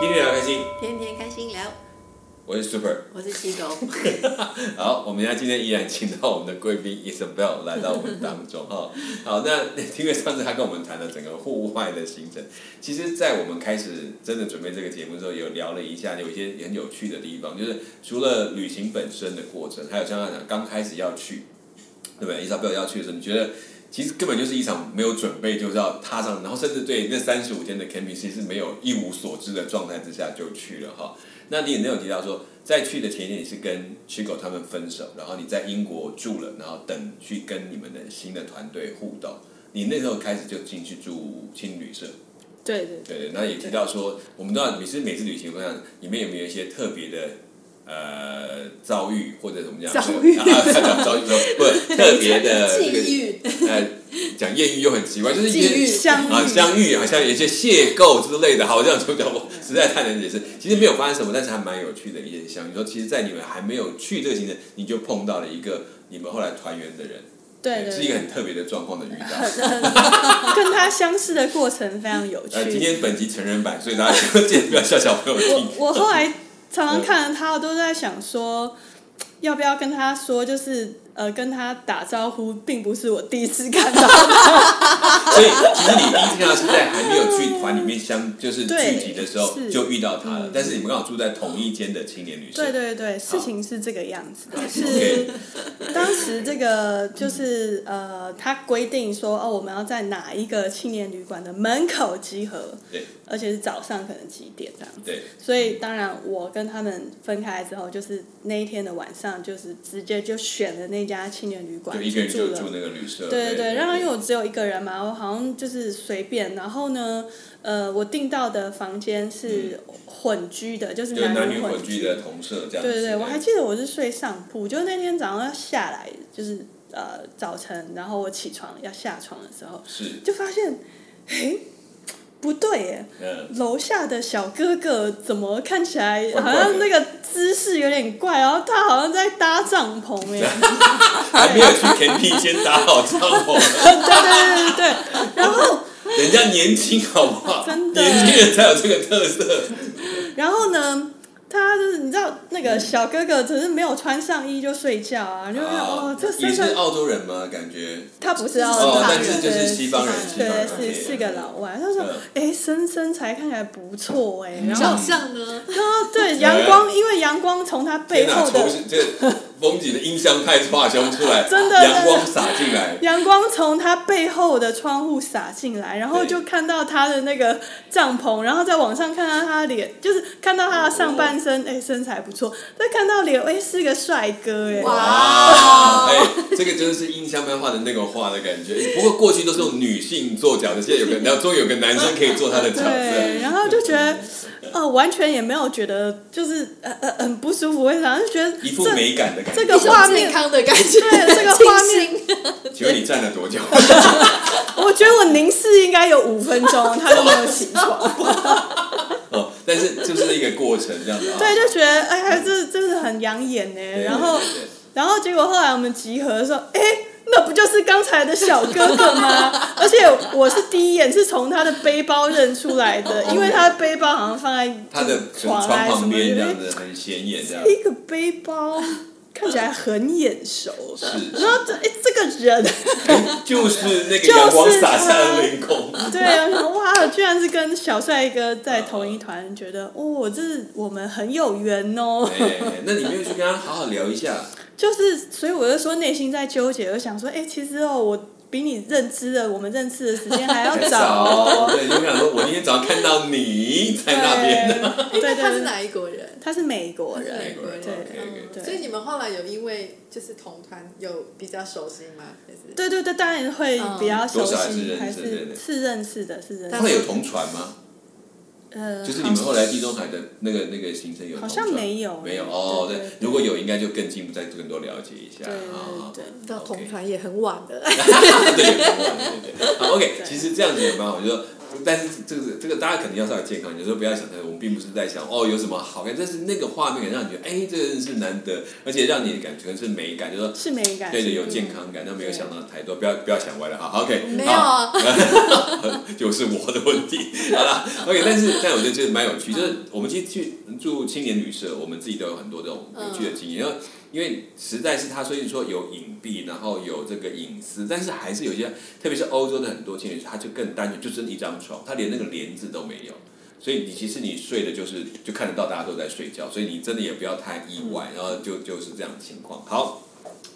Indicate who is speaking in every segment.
Speaker 1: 天天聊开心，
Speaker 2: 天天开心聊，
Speaker 1: 我是 Super。
Speaker 2: 我是七狗。
Speaker 1: 好，我们要今天依然请到我们的贵宾 Isabel 来到我们当中哈。好，那因为上次他跟我们谈了整个户外的行程，其实，在我们开始真的准备这个节目之后，有聊了一下，有一些很有趣的地方，就是除了旅行本身的过程，还有像他讲刚开始要去，对不对？Isabel 要去的时候，你觉得其实根本就是一场没有准备，就是要踏上，然后甚至对那三十五天的 camping 其实是没有一无所知的状态之下就去了哈。那你也没有提到说，在去的前一天你是跟 Chico 他们分手，然后你在英国住了，然后等去跟你们的新的团队互动。你那时候开始就进去住青旅社，
Speaker 3: 对对，
Speaker 1: 对对。那也提到说，我们知道每次每次旅行，我想里面有没有一些特别的呃遭遇或者怎么样？
Speaker 3: 遭遇
Speaker 1: 啊，讲遭遇， 不特别的这个
Speaker 2: 际遇，
Speaker 1: 呃，讲艳遇又很奇怪，就是一
Speaker 2: 际遇
Speaker 1: 些
Speaker 3: 相遇
Speaker 1: 啊相遇，好像有一些邂逅之类的，好像就叫我实在太难解释。其实没有发生什么，但是还蛮有趣的一些相遇。说其实，在你们还没有去这个行程，你就碰到了一个你们后来团员的人，
Speaker 3: 对对
Speaker 1: 是一个
Speaker 3: 对，
Speaker 1: 很特别的状况的遇到。
Speaker 3: 跟他相似的过程非常有
Speaker 1: 呃，今
Speaker 3: 趣。
Speaker 1: 天本集成人版，所以大家记得不要笑小朋友听。
Speaker 3: 我我后来常常看着他，我都在想说，要不要跟他说，就是呃，跟他打招呼，并不是我第一次看 到他，
Speaker 1: 所以其实你第一次看到是在还没有去团里面相，就是聚
Speaker 3: 对
Speaker 1: 集的时候
Speaker 3: 是
Speaker 1: 就遇到他了，但是你们刚好住在同一间的青年旅社。
Speaker 3: 对对对，事情是这个样子的，
Speaker 1: OK
Speaker 3: 是当时这个就是呃，他规定说哦，我们要在哪一个青年旅馆的门口集合，
Speaker 1: 对
Speaker 3: 而且是早上可能几点这样子。
Speaker 1: 对，
Speaker 3: 所以当然，我跟他们分开之后，就是那一天的晚上，就是直接就选了那家青年旅馆
Speaker 1: 就一个人
Speaker 3: 住
Speaker 1: 就
Speaker 3: 了。
Speaker 1: 住那个旅社。
Speaker 3: 对对对，
Speaker 1: 对，
Speaker 3: 然后因为我只有一个人嘛，我好像就是随便。然后呢，呃，我订到的房间是混居的，就是
Speaker 1: 就是男
Speaker 3: 女
Speaker 1: 女混居
Speaker 3: 居。
Speaker 1: 的同舍这样子。哎
Speaker 3: 对对对，我还记得我是睡上铺，就是那天早上要下来，就是呃早晨，然后我起床要下床的时候，
Speaker 1: 是，
Speaker 3: 就发现，诶，不对耶，
Speaker 1: 嗯，
Speaker 3: 楼下的小哥哥怎么看起来
Speaker 1: 怪怪
Speaker 3: 好
Speaker 1: 的
Speaker 3: 像那个姿势有点怪，然后他好像在搭帐篷哎，
Speaker 1: 还没有去 KP 先打好招呼，
Speaker 3: 对对对对对，然后
Speaker 1: 人家年轻好不好？
Speaker 3: 真的
Speaker 1: 年轻人才有这个特色。
Speaker 3: 然后呢，他就是你知道那个小哥哥只是没有穿上衣就睡觉啊，就想哦这
Speaker 1: 也
Speaker 3: 身
Speaker 1: 是
Speaker 3: 上
Speaker 1: 澳洲人吗？感觉
Speaker 3: 他不是要
Speaker 1: 哦，
Speaker 2: 是
Speaker 1: 但
Speaker 2: 人
Speaker 1: 是就是西方人，
Speaker 2: 西
Speaker 1: 西
Speaker 2: 方
Speaker 1: 方
Speaker 3: 对
Speaker 1: 人
Speaker 3: 是是个老外，他说
Speaker 1: 嗯
Speaker 3: 哎身身材看起来不错哎，然后
Speaker 2: 长相呢？
Speaker 3: 然后对阳光，因为阳光从他背
Speaker 1: 天哪，
Speaker 3: 后的
Speaker 1: 从这 风景的音箱派化胸出来，
Speaker 3: 真的
Speaker 1: 阳光洒进 来，
Speaker 3: 阳光从他背后的窗户洒进来，然后
Speaker 1: 对
Speaker 3: 就看到他的那个帐篷，然后在网上看到他的脸，就是看到他的上半身，
Speaker 1: 嗯
Speaker 3: 哎、身材不错；再看到脸，哎、是个帅哥、哎，
Speaker 2: 哇
Speaker 1: 哇！哎，这个真的是印象漫画的那个画的感觉。不过过去都是用女性做角色，现在有个，然后终于有个男生可以做他的角
Speaker 3: 对，
Speaker 1: 色。
Speaker 3: 然后就觉得，呃，完全也没有觉得就是呃呃很不舒服，然后就觉得
Speaker 1: 一副
Speaker 3: 这
Speaker 1: 美感的感
Speaker 3: 这
Speaker 1: 觉。
Speaker 3: 个 画
Speaker 2: 健
Speaker 3: 面，
Speaker 2: 康的感觉，
Speaker 3: 对这个画
Speaker 2: 清
Speaker 3: 面
Speaker 2: 新
Speaker 1: 请问你站了多久？
Speaker 3: 我觉得我凝视应该有五分 钟，他都没有起床。
Speaker 1: 哦，但是就是一个过程这样子啊。
Speaker 3: 对，就觉得哎呀，这真的很养眼呢。
Speaker 1: 对
Speaker 3: 然后
Speaker 1: 对对
Speaker 3: 然后结果后来我们集合的时候，哎，那不就是刚才的小哥 哥吗？而且我是第一眼是从他的背包认出来的，因为他的背包好像放在
Speaker 1: 嗯他的
Speaker 3: 床
Speaker 1: 床
Speaker 3: 啊什
Speaker 1: 旁
Speaker 3: 么
Speaker 1: 边这
Speaker 3: 的
Speaker 1: 样，子很显眼这样。
Speaker 3: 一个背包看起来很眼熟。
Speaker 1: 是
Speaker 3: 然后这哎这个人， 啊
Speaker 1: 就是那个阳光洒下的凌空，
Speaker 3: 对，然后哇，居然是跟小帅哥在同一团，觉得哦，这是我们很有缘哦。
Speaker 1: 哎，那你没有去跟他好好聊一下？
Speaker 3: 就是，所以我就说内心在纠结，我想说，哎、其实哦，我比你认知的，我们认识的时间还要早
Speaker 1: 早，
Speaker 3: 哦。
Speaker 1: 对，就想说，我今天早上看到你在那边，
Speaker 3: 对对
Speaker 2: 哦他是
Speaker 3: 对，
Speaker 2: 哪一国人？
Speaker 3: 他是美国
Speaker 1: 美
Speaker 3: 人，
Speaker 1: 国人
Speaker 3: 对
Speaker 1: ，OK，OK
Speaker 3: 对
Speaker 2: 哦所以你们后来有因为就是同团有比较熟悉吗？就是
Speaker 3: 对对对，当然会比较熟悉，
Speaker 1: 嗯多
Speaker 3: 还
Speaker 1: 少还是认识对对
Speaker 3: 是是认识的，是认
Speaker 1: 后来
Speaker 3: 识
Speaker 1: 有
Speaker 3: 的。
Speaker 1: 同船吗？
Speaker 3: 呃，
Speaker 1: 就是你们后来地中海的那个那个行程有同
Speaker 3: 好
Speaker 1: 船
Speaker 3: 像没有
Speaker 1: 没有哦，
Speaker 3: 对对
Speaker 1: 对
Speaker 3: 对，
Speaker 1: 如果有应该就更进一步再更多了解一下
Speaker 3: 对对
Speaker 1: 啊。
Speaker 3: 对对
Speaker 2: 到
Speaker 1: OK
Speaker 2: 同团也很晚了，
Speaker 1: 对，对对对。好，OK，其实这样子也蛮好，就是说但是这个这个大家肯定要稍微健康，有时候不要想太多。我们并不是在想哦有什么好看，但是那个画面让你觉得哎，这个人是难得，而且让你感觉是美感，就是说
Speaker 3: 是美感。
Speaker 1: 对对有健康感，但没有想到太多，不要不要想歪了，好 OK，
Speaker 2: 没有
Speaker 1: 好
Speaker 2: 啊，
Speaker 1: 就是我的问题。好啦 o k 但是但我觉得这蛮有趣，就是我们其实去住青年旅社，我们自己都有很多这种有趣的经验。因为因为实在是它虽然说有隐蔽，然后有这个隐私，但是还是有些，特别是欧洲的很多青年旅社，它就更单纯，就真的一张床，它连那个帘子都没有。所以你其实你睡的就是就看得到大家都在睡觉，所以你真的也不要太意外，
Speaker 2: 嗯
Speaker 1: 然后就就是这样的情况。好，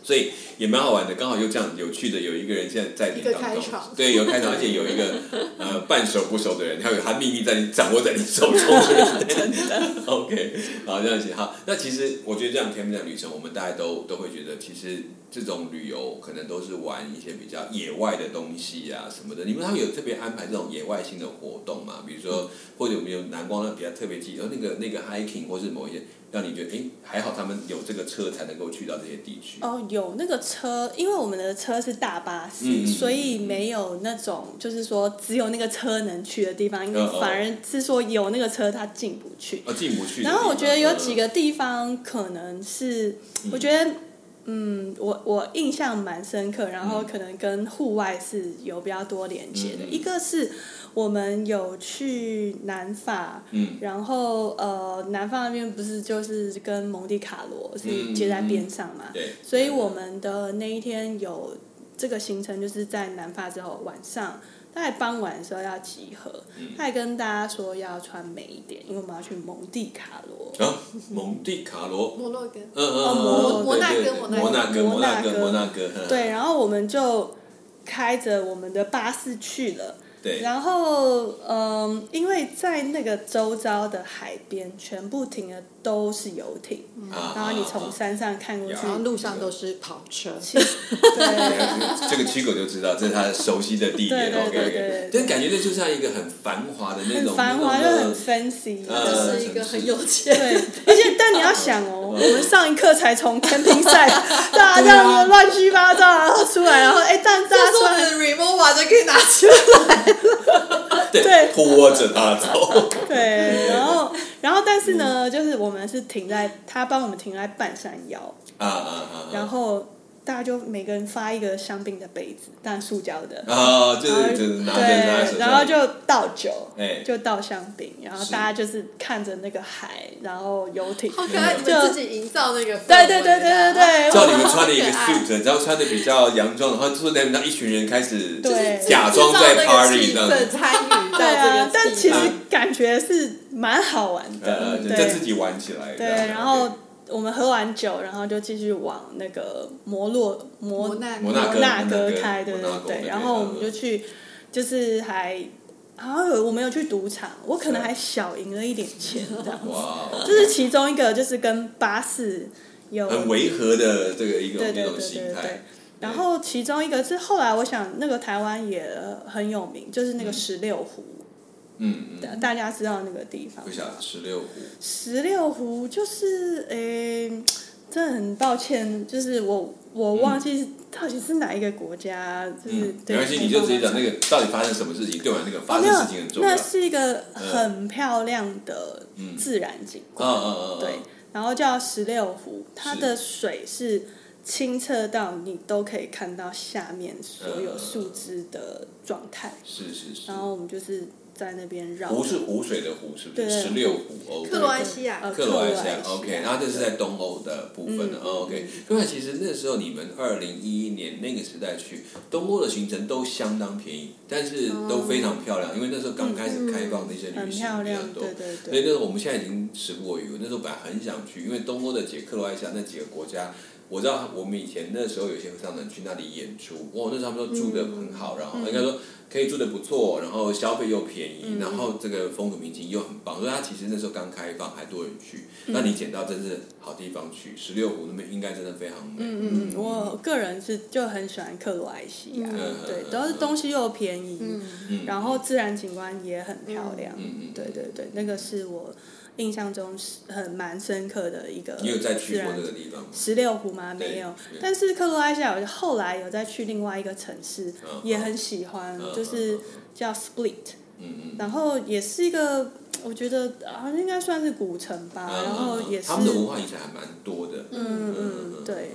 Speaker 1: 所以也蛮好玩的，刚好又这样有趣的，有一个人现在在你
Speaker 2: 一个
Speaker 1: 当
Speaker 2: 开
Speaker 1: 中
Speaker 2: 场，
Speaker 1: 对，有开场，而且有一个 呃半熟不熟的人，还有他秘密在你掌握在你手 中的人。OK，好，这样行好。那其实我觉得这样天这样旅程，我们大家都都会觉得，其实这种旅游可能都是玩一些比较野外的东西啊什么的。你们他们有特别安排这种野外性的活动吗？比如说，或者有没有南光那比较特别记，呃，那个那个 hiking 或是某一些，让你觉得哎、诶还好他们有这个车才能够去到这些地区。
Speaker 3: 哦，有那个车，因为我们的车是大巴士，
Speaker 1: 嗯嗯嗯
Speaker 3: 所以没有那种就是说只有那个车能去的地方，因为
Speaker 1: 嗯哦
Speaker 3: 反而是说有那个车它进不去。
Speaker 1: 哦，进不去的地方。
Speaker 3: 然后我觉得有几
Speaker 1: 呃，
Speaker 3: 个地方可能是，我觉得，嗯，我我印象蛮深刻，然后可能跟户外是有比较多连接的。
Speaker 1: 嗯嗯
Speaker 3: 一个是我们有去南法，
Speaker 1: 嗯
Speaker 3: 然后呃，南方那边不是就是跟蒙地卡罗
Speaker 1: 嗯
Speaker 3: 是接在边上嘛，
Speaker 1: 对。
Speaker 3: 所以我们的那一天有这个行程，就是在南法之后晚上。大概傍晚的时候要集合，
Speaker 1: 嗯
Speaker 3: 他还跟大家说要穿美一点，因为我们要去蒙地卡罗。
Speaker 1: 啊，蒙地卡罗，
Speaker 2: 摩洛哥，
Speaker 1: 嗯嗯嗯，
Speaker 3: 哦
Speaker 1: 嗯
Speaker 2: 摩
Speaker 1: 对对
Speaker 2: 摩
Speaker 1: 对摩
Speaker 2: 纳
Speaker 1: 纳
Speaker 3: 哥
Speaker 1: 摩
Speaker 3: 摩
Speaker 1: 纳
Speaker 3: 纳
Speaker 1: 哥，嗯
Speaker 3: 哥
Speaker 1: 摩纳哥，呵呵
Speaker 3: 对，然后我们就开着我们的巴士去了。
Speaker 1: 对，
Speaker 3: 然后，嗯，因为在那个周遭的海边，全部停的都是游艇，
Speaker 1: 啊
Speaker 3: 然后你从，
Speaker 1: 啊
Speaker 3: 山上看过去，
Speaker 2: 然后路上都是跑车，
Speaker 3: 其实对
Speaker 1: 啊这个七狗就知道这是他熟悉的地点
Speaker 3: 对对
Speaker 1: ，OK
Speaker 3: 对对
Speaker 1: OK，
Speaker 3: 对
Speaker 1: 但感觉这就像一个很繁华的那种，
Speaker 3: 很繁华
Speaker 1: 那
Speaker 3: 又
Speaker 1: 种
Speaker 3: 很 fancy，
Speaker 2: 就
Speaker 1: 呃
Speaker 2: 是一个很有
Speaker 3: 对，
Speaker 2: 钱。
Speaker 3: 而且但你要想哦，
Speaker 1: 嗯
Speaker 3: 我们上一课才从天 平赛，大家这样子乱七八糟，然后出来，然后哎，但大
Speaker 2: 但
Speaker 3: 家
Speaker 2: 是我
Speaker 3: 穿
Speaker 2: 们的 remova 啊就可以拿出来。
Speaker 1: 对
Speaker 3: 对
Speaker 1: 拖着他走，
Speaker 3: 对，然后然后但是
Speaker 1: 嗯
Speaker 3: 呢，就是我们是停在他帮我们停在半山腰，
Speaker 1: 啊啊啊，
Speaker 3: 然后大家就每个人发一个香槟的杯子，但塑胶的，
Speaker 1: 啊就
Speaker 3: 然后
Speaker 1: 是就是拿着拿
Speaker 3: 对，然后就倒酒，
Speaker 1: 哎
Speaker 3: 就倒香槟，然后
Speaker 1: 是
Speaker 3: 大家就是看着那个海，然后游艇，
Speaker 2: 好可爱！你们
Speaker 3: 就
Speaker 2: 自己营造那个氛围
Speaker 3: 对对对对对对，
Speaker 1: 叫你们穿了一个
Speaker 2: 好可爱
Speaker 1: suit，然后穿的比较洋装的话，就是那让一群人开始
Speaker 3: 对
Speaker 1: 假装在 party 这
Speaker 2: 制
Speaker 1: 样
Speaker 2: 造那个
Speaker 1: 子
Speaker 2: 气氛，参与到
Speaker 3: 对
Speaker 2: 这
Speaker 3: 啊
Speaker 2: 个，
Speaker 3: 但其实
Speaker 1: 啊
Speaker 3: 感觉是蛮好玩
Speaker 1: 呃，
Speaker 3: 的，
Speaker 1: 就在
Speaker 3: 对
Speaker 1: 自己玩起来，
Speaker 3: 对，
Speaker 1: 这样
Speaker 3: 然后。我们喝完酒，然后就继续往那个摩洛摩
Speaker 2: 摩纳
Speaker 1: 摩纳哥
Speaker 3: 纳
Speaker 1: 摩纳
Speaker 3: 哥
Speaker 1: 哥
Speaker 3: 开，对
Speaker 1: 摩纳哥
Speaker 3: 对
Speaker 1: 那边。
Speaker 3: 对。然后我们就去，就是还好像有我们有去赌场，我可能还小赢了一点钱这样
Speaker 1: 哇，
Speaker 3: 这是其中一个，就是跟巴士有
Speaker 1: 很违和的这个一种
Speaker 3: 对
Speaker 1: 一
Speaker 3: 对对
Speaker 1: 种
Speaker 3: 对
Speaker 1: 形
Speaker 3: 对对
Speaker 1: 态。。
Speaker 3: 然后其中一个是后来我想那个台湾也很有名，就是那个十六湖，
Speaker 1: 嗯嗯，
Speaker 3: 大大家知道那个地方
Speaker 1: 不
Speaker 3: 吗。
Speaker 1: 晓得十六湖，
Speaker 3: 十六湖就是诶、真的很抱歉，就是我我忘记是到底是哪一个国家，就
Speaker 1: 嗯，
Speaker 3: 是、
Speaker 1: 没
Speaker 3: 对
Speaker 1: 关系，你就直接讲那个到底发生什么事情，对我来讲那个发
Speaker 3: 哦，
Speaker 1: 生
Speaker 3: 没有
Speaker 1: 事情很重要。
Speaker 3: 那
Speaker 1: 嗯
Speaker 3: 是一个很漂亮的
Speaker 1: 嗯
Speaker 3: 自然景观，
Speaker 1: 嗯嗯，嗯
Speaker 3: 对，，然后叫十六湖，它的水是清澈到你都可以看到下面所有树枝的状态，
Speaker 1: 是是是
Speaker 3: 然。后我们就是在那边绕。
Speaker 1: 湖是湖水的湖，是不
Speaker 3: 对
Speaker 1: 是？
Speaker 3: 对
Speaker 1: 十六湖哦欧
Speaker 2: 克罗埃西亚
Speaker 3: 呃
Speaker 1: 克罗埃西
Speaker 3: 克
Speaker 1: 亚，OK，然后这是在东欧的部分了、
Speaker 3: 嗯
Speaker 1: o k 另外，其实那时候你们二零一一年那个时代去东欧的行程都相当便宜，但是都非常漂亮，因为那时候刚开始开放的一些
Speaker 3: 哦嗯很
Speaker 1: 旅行
Speaker 3: 漂
Speaker 1: 比较
Speaker 3: 亮，
Speaker 1: 多
Speaker 3: 对。对
Speaker 1: 所以
Speaker 3: 对，
Speaker 1: 那时候我们现在已经时不我与，那时候本来很想去，因为东欧的捷克、罗埃西亚那几个国家，我知道我们以前那时候有些商人去那里演出，哇，那时候他们都住的很好，然
Speaker 3: 嗯
Speaker 1: 后应该说可以住的不错，然后消费又便宜，然后这个风土民情又很棒，所以它其实那时候刚开放，还多人去。
Speaker 3: 嗯
Speaker 1: 那你捡到真是好地方去，十六湖那边应该真的非常美。
Speaker 3: 嗯嗯，我个人是就很喜欢克罗埃西亚，
Speaker 2: 嗯
Speaker 3: 对，都是东西又便宜，
Speaker 1: 嗯
Speaker 3: 然后自然景观也很漂亮，
Speaker 1: 嗯嗯
Speaker 3: 对对对，那个是我印象中是很蛮深刻的一个自然。
Speaker 1: 你有再去过那个地方吗？
Speaker 3: 十六湖吗？
Speaker 1: 对
Speaker 3: 没有
Speaker 1: 对，
Speaker 3: 但是克罗埃西亚，我就后来有再去另外一个城市，
Speaker 1: 嗯
Speaker 3: 也很喜欢，
Speaker 1: 嗯
Speaker 3: 啊就是
Speaker 1: 嗯嗯
Speaker 3: 叫 Split，
Speaker 1: 嗯嗯，
Speaker 3: 然后也是一个，我觉得啊，应该算是古城吧，
Speaker 1: 嗯
Speaker 3: 然后也是
Speaker 1: 他，们的文化遗产还蛮多的，
Speaker 3: 嗯嗯，对，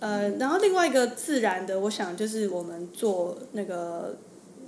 Speaker 3: 呃，然后另外一个自然的，我想就是我们坐那个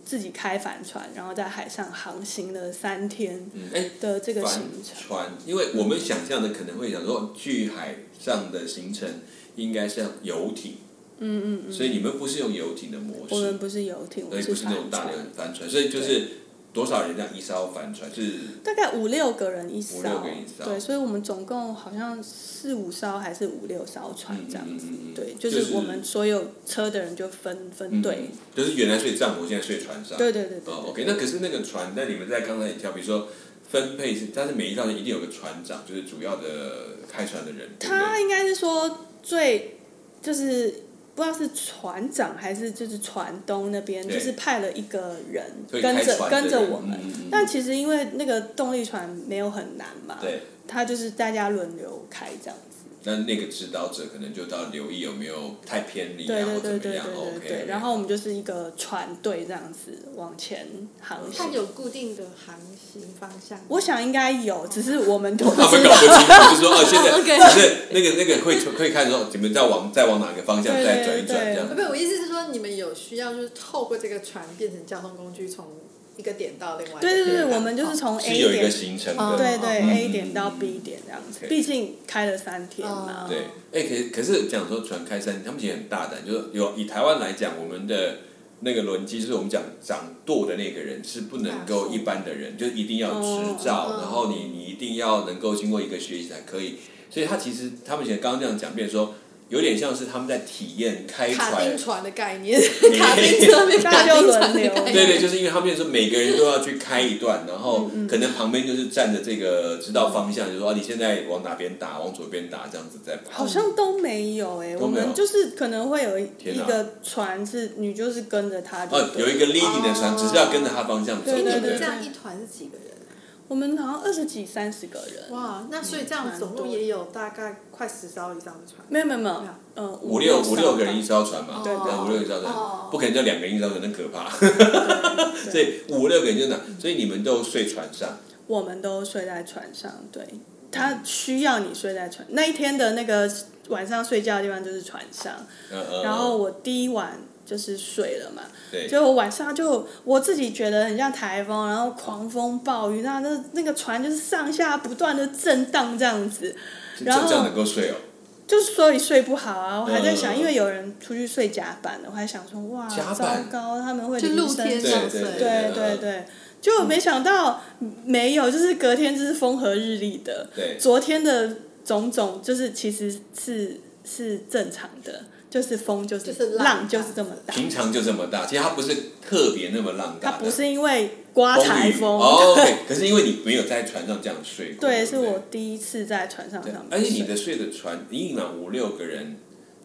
Speaker 3: 自己开帆船，然后在海上航行了三天
Speaker 1: 嗯，哎，
Speaker 3: 的这个
Speaker 1: 帆
Speaker 3: 行程，
Speaker 1: 船，因为我们想象的可能会想说，去海上的行程应该是游艇，嗯嗯嗯，所以你们不是用游艇的模
Speaker 3: 我们
Speaker 1: 式，
Speaker 3: 不是游艇，
Speaker 1: 所
Speaker 3: 我
Speaker 1: 以
Speaker 3: 们
Speaker 1: 不是那
Speaker 3: 帆
Speaker 1: 种大
Speaker 3: 船
Speaker 1: 的，帆船，所以就是多少人这样一艘帆船是
Speaker 3: 大概五六个人一艘
Speaker 1: 五六个人一，艘
Speaker 3: 对，所以我们总共好像四五艘还是五六艘船这样子
Speaker 1: 嗯嗯嗯嗯，
Speaker 3: 对，
Speaker 1: 就
Speaker 3: 就是是我们所有车的人就分分队，
Speaker 1: 嗯，就是原来睡帐篷，现在睡船上，
Speaker 3: 对对对对
Speaker 1: 哦，OK，
Speaker 3: 对
Speaker 1: 那可是那个船，那你们在刚才也提到，比如说分配是，但是每一艘一定有个船长，就是主要的开船的人。对不对
Speaker 3: 他应该是说最就是不知道是船长还是就是船东那边，
Speaker 1: 对
Speaker 3: 就是派了一个人
Speaker 1: 所以
Speaker 3: 跟
Speaker 1: 开
Speaker 3: 着
Speaker 1: 船的人
Speaker 3: 跟着我们
Speaker 1: 嗯嗯嗯。
Speaker 3: 但其实因为那个动力船没有很难嘛，
Speaker 1: 对，
Speaker 3: 他就是大家轮流开这样子。
Speaker 1: 那那个指导者可能就到留意有没有太偏离
Speaker 3: 对
Speaker 1: 啊，
Speaker 3: 对
Speaker 1: 或
Speaker 3: 对
Speaker 1: 怎么
Speaker 3: 对
Speaker 1: 样
Speaker 3: 对对
Speaker 1: ，OK。
Speaker 3: 对。然后我们就是一个船队这样子往前航
Speaker 2: 它
Speaker 1: 嗯
Speaker 3: 行。
Speaker 2: 有固定的航行方向。
Speaker 3: 我想应该有，只是 我们都不
Speaker 1: 他们
Speaker 3: 知
Speaker 1: 搞
Speaker 3: 道。
Speaker 1: 不清楚，就说哦，现
Speaker 3: OK
Speaker 1: 在不是那个那个会会看说你们再往再往哪个方向
Speaker 3: 对
Speaker 1: 再转一
Speaker 3: 对
Speaker 1: 转这样
Speaker 2: 呃不。不，我意思是说，你们有需要就是透过这个船变成交通工具，从一个点到另外一个
Speaker 3: 对对
Speaker 2: 点。
Speaker 3: 对，我们就是从
Speaker 1: 是
Speaker 3: A
Speaker 1: 有一个
Speaker 3: 点，
Speaker 1: 行程
Speaker 2: 哦
Speaker 1: 的，
Speaker 3: 对对
Speaker 2: 嗯
Speaker 3: A 点到 B 点这样子。
Speaker 1: OK
Speaker 3: 毕竟开了三天
Speaker 2: 哦。
Speaker 3: 嘛
Speaker 1: 对，哎、可可是讲说船开山，他们其实很大胆，就是有以台湾来讲，我们的那个轮机，就是我们讲掌舵的那个人是不能够一般的人，就一定要执照，
Speaker 2: 哦
Speaker 1: 然后你你一定要能够经过一个学习才可以。所以他其实他们现在刚刚这样讲，变成说有点像是他们在体验开
Speaker 2: 卡
Speaker 1: 船
Speaker 2: 丁。船的概念，
Speaker 1: 你
Speaker 2: 卡丁车变
Speaker 3: 大
Speaker 2: 卡
Speaker 3: 家就
Speaker 2: 丁
Speaker 3: 轮
Speaker 2: 船的
Speaker 3: 流
Speaker 2: 概
Speaker 1: 对
Speaker 2: 念。
Speaker 1: 对，就是因为他们说每个人都要去开一段，然后可能旁边就是站着这个指导方向，就说、啊、你现在往哪边打，往左边打，这样子在跑。
Speaker 3: 好像都没有哎、
Speaker 1: 哦都
Speaker 3: 我
Speaker 1: 没有
Speaker 3: 们就是可能会有一
Speaker 1: 天哪
Speaker 3: 一个船是你就是跟着他就
Speaker 1: 哦，
Speaker 3: 对
Speaker 1: 有一个 leading 的船，
Speaker 2: 哦
Speaker 1: 只是要跟着他方向走，
Speaker 3: 哦对
Speaker 1: 对
Speaker 2: 哎
Speaker 1: 不
Speaker 2: 你们
Speaker 1: 对
Speaker 2: 这？样一团是几个人啊？
Speaker 3: 我们好像二十几三十个人，
Speaker 2: 哇，那所以这样总共也有大概快十艘以上的船。
Speaker 3: 没有没有没有
Speaker 2: 没有，
Speaker 3: 呃
Speaker 1: 五六
Speaker 3: 五
Speaker 1: 五
Speaker 3: 六
Speaker 1: 六个人一艘船嘛，
Speaker 3: 对对
Speaker 1: 然后五六个人一艘
Speaker 2: 哦
Speaker 1: 船，不可能就两个人一艘船，那可怕。
Speaker 3: 对
Speaker 1: 所以五六个人就那，所以你们都睡船上，
Speaker 3: 我们都睡在船上，对他需要你睡在船那一天的那个晚上睡觉的地方就是船上，
Speaker 1: 嗯嗯，
Speaker 3: 然后我第一晚就是睡了嘛，
Speaker 1: 对
Speaker 3: 结果晚上就我自己觉得很像台风，然后狂风暴雨，那那那个船就是上下不断的震荡这样子，
Speaker 1: 这
Speaker 3: 然后
Speaker 1: 这样能够睡哦，
Speaker 3: 就是所以睡不好啊，我还在
Speaker 1: 嗯
Speaker 3: 想，
Speaker 1: 嗯嗯
Speaker 3: 因为有人出去睡甲板了，我还想说哇，
Speaker 1: 甲
Speaker 3: 糟
Speaker 1: 板
Speaker 3: 糕，他们会
Speaker 2: 就
Speaker 3: 淋
Speaker 2: 露
Speaker 3: 身
Speaker 2: 天
Speaker 1: 对
Speaker 2: 上
Speaker 1: 对
Speaker 2: 睡，
Speaker 3: 对对对，结果没想到没有，就是隔天就是风和日丽的，
Speaker 1: 对
Speaker 3: 昨天的种种就是其实是是正常的，就是风就
Speaker 2: 就
Speaker 3: 是
Speaker 2: 是浪
Speaker 3: 浪就是这么大，
Speaker 1: 平常就这么大，其实它不是特别那么浪
Speaker 3: 它
Speaker 1: 大的，
Speaker 3: 不是因为刮台
Speaker 1: 雨
Speaker 3: 风，
Speaker 1: 哦，对， 可是因为你没有在船上这样睡过，
Speaker 3: 对，
Speaker 1: 不
Speaker 3: 是我第一次在船上
Speaker 1: 对
Speaker 3: 上
Speaker 1: 而
Speaker 3: 面
Speaker 1: 且你的
Speaker 3: 睡，
Speaker 1: 睡的船，你一晚五六个人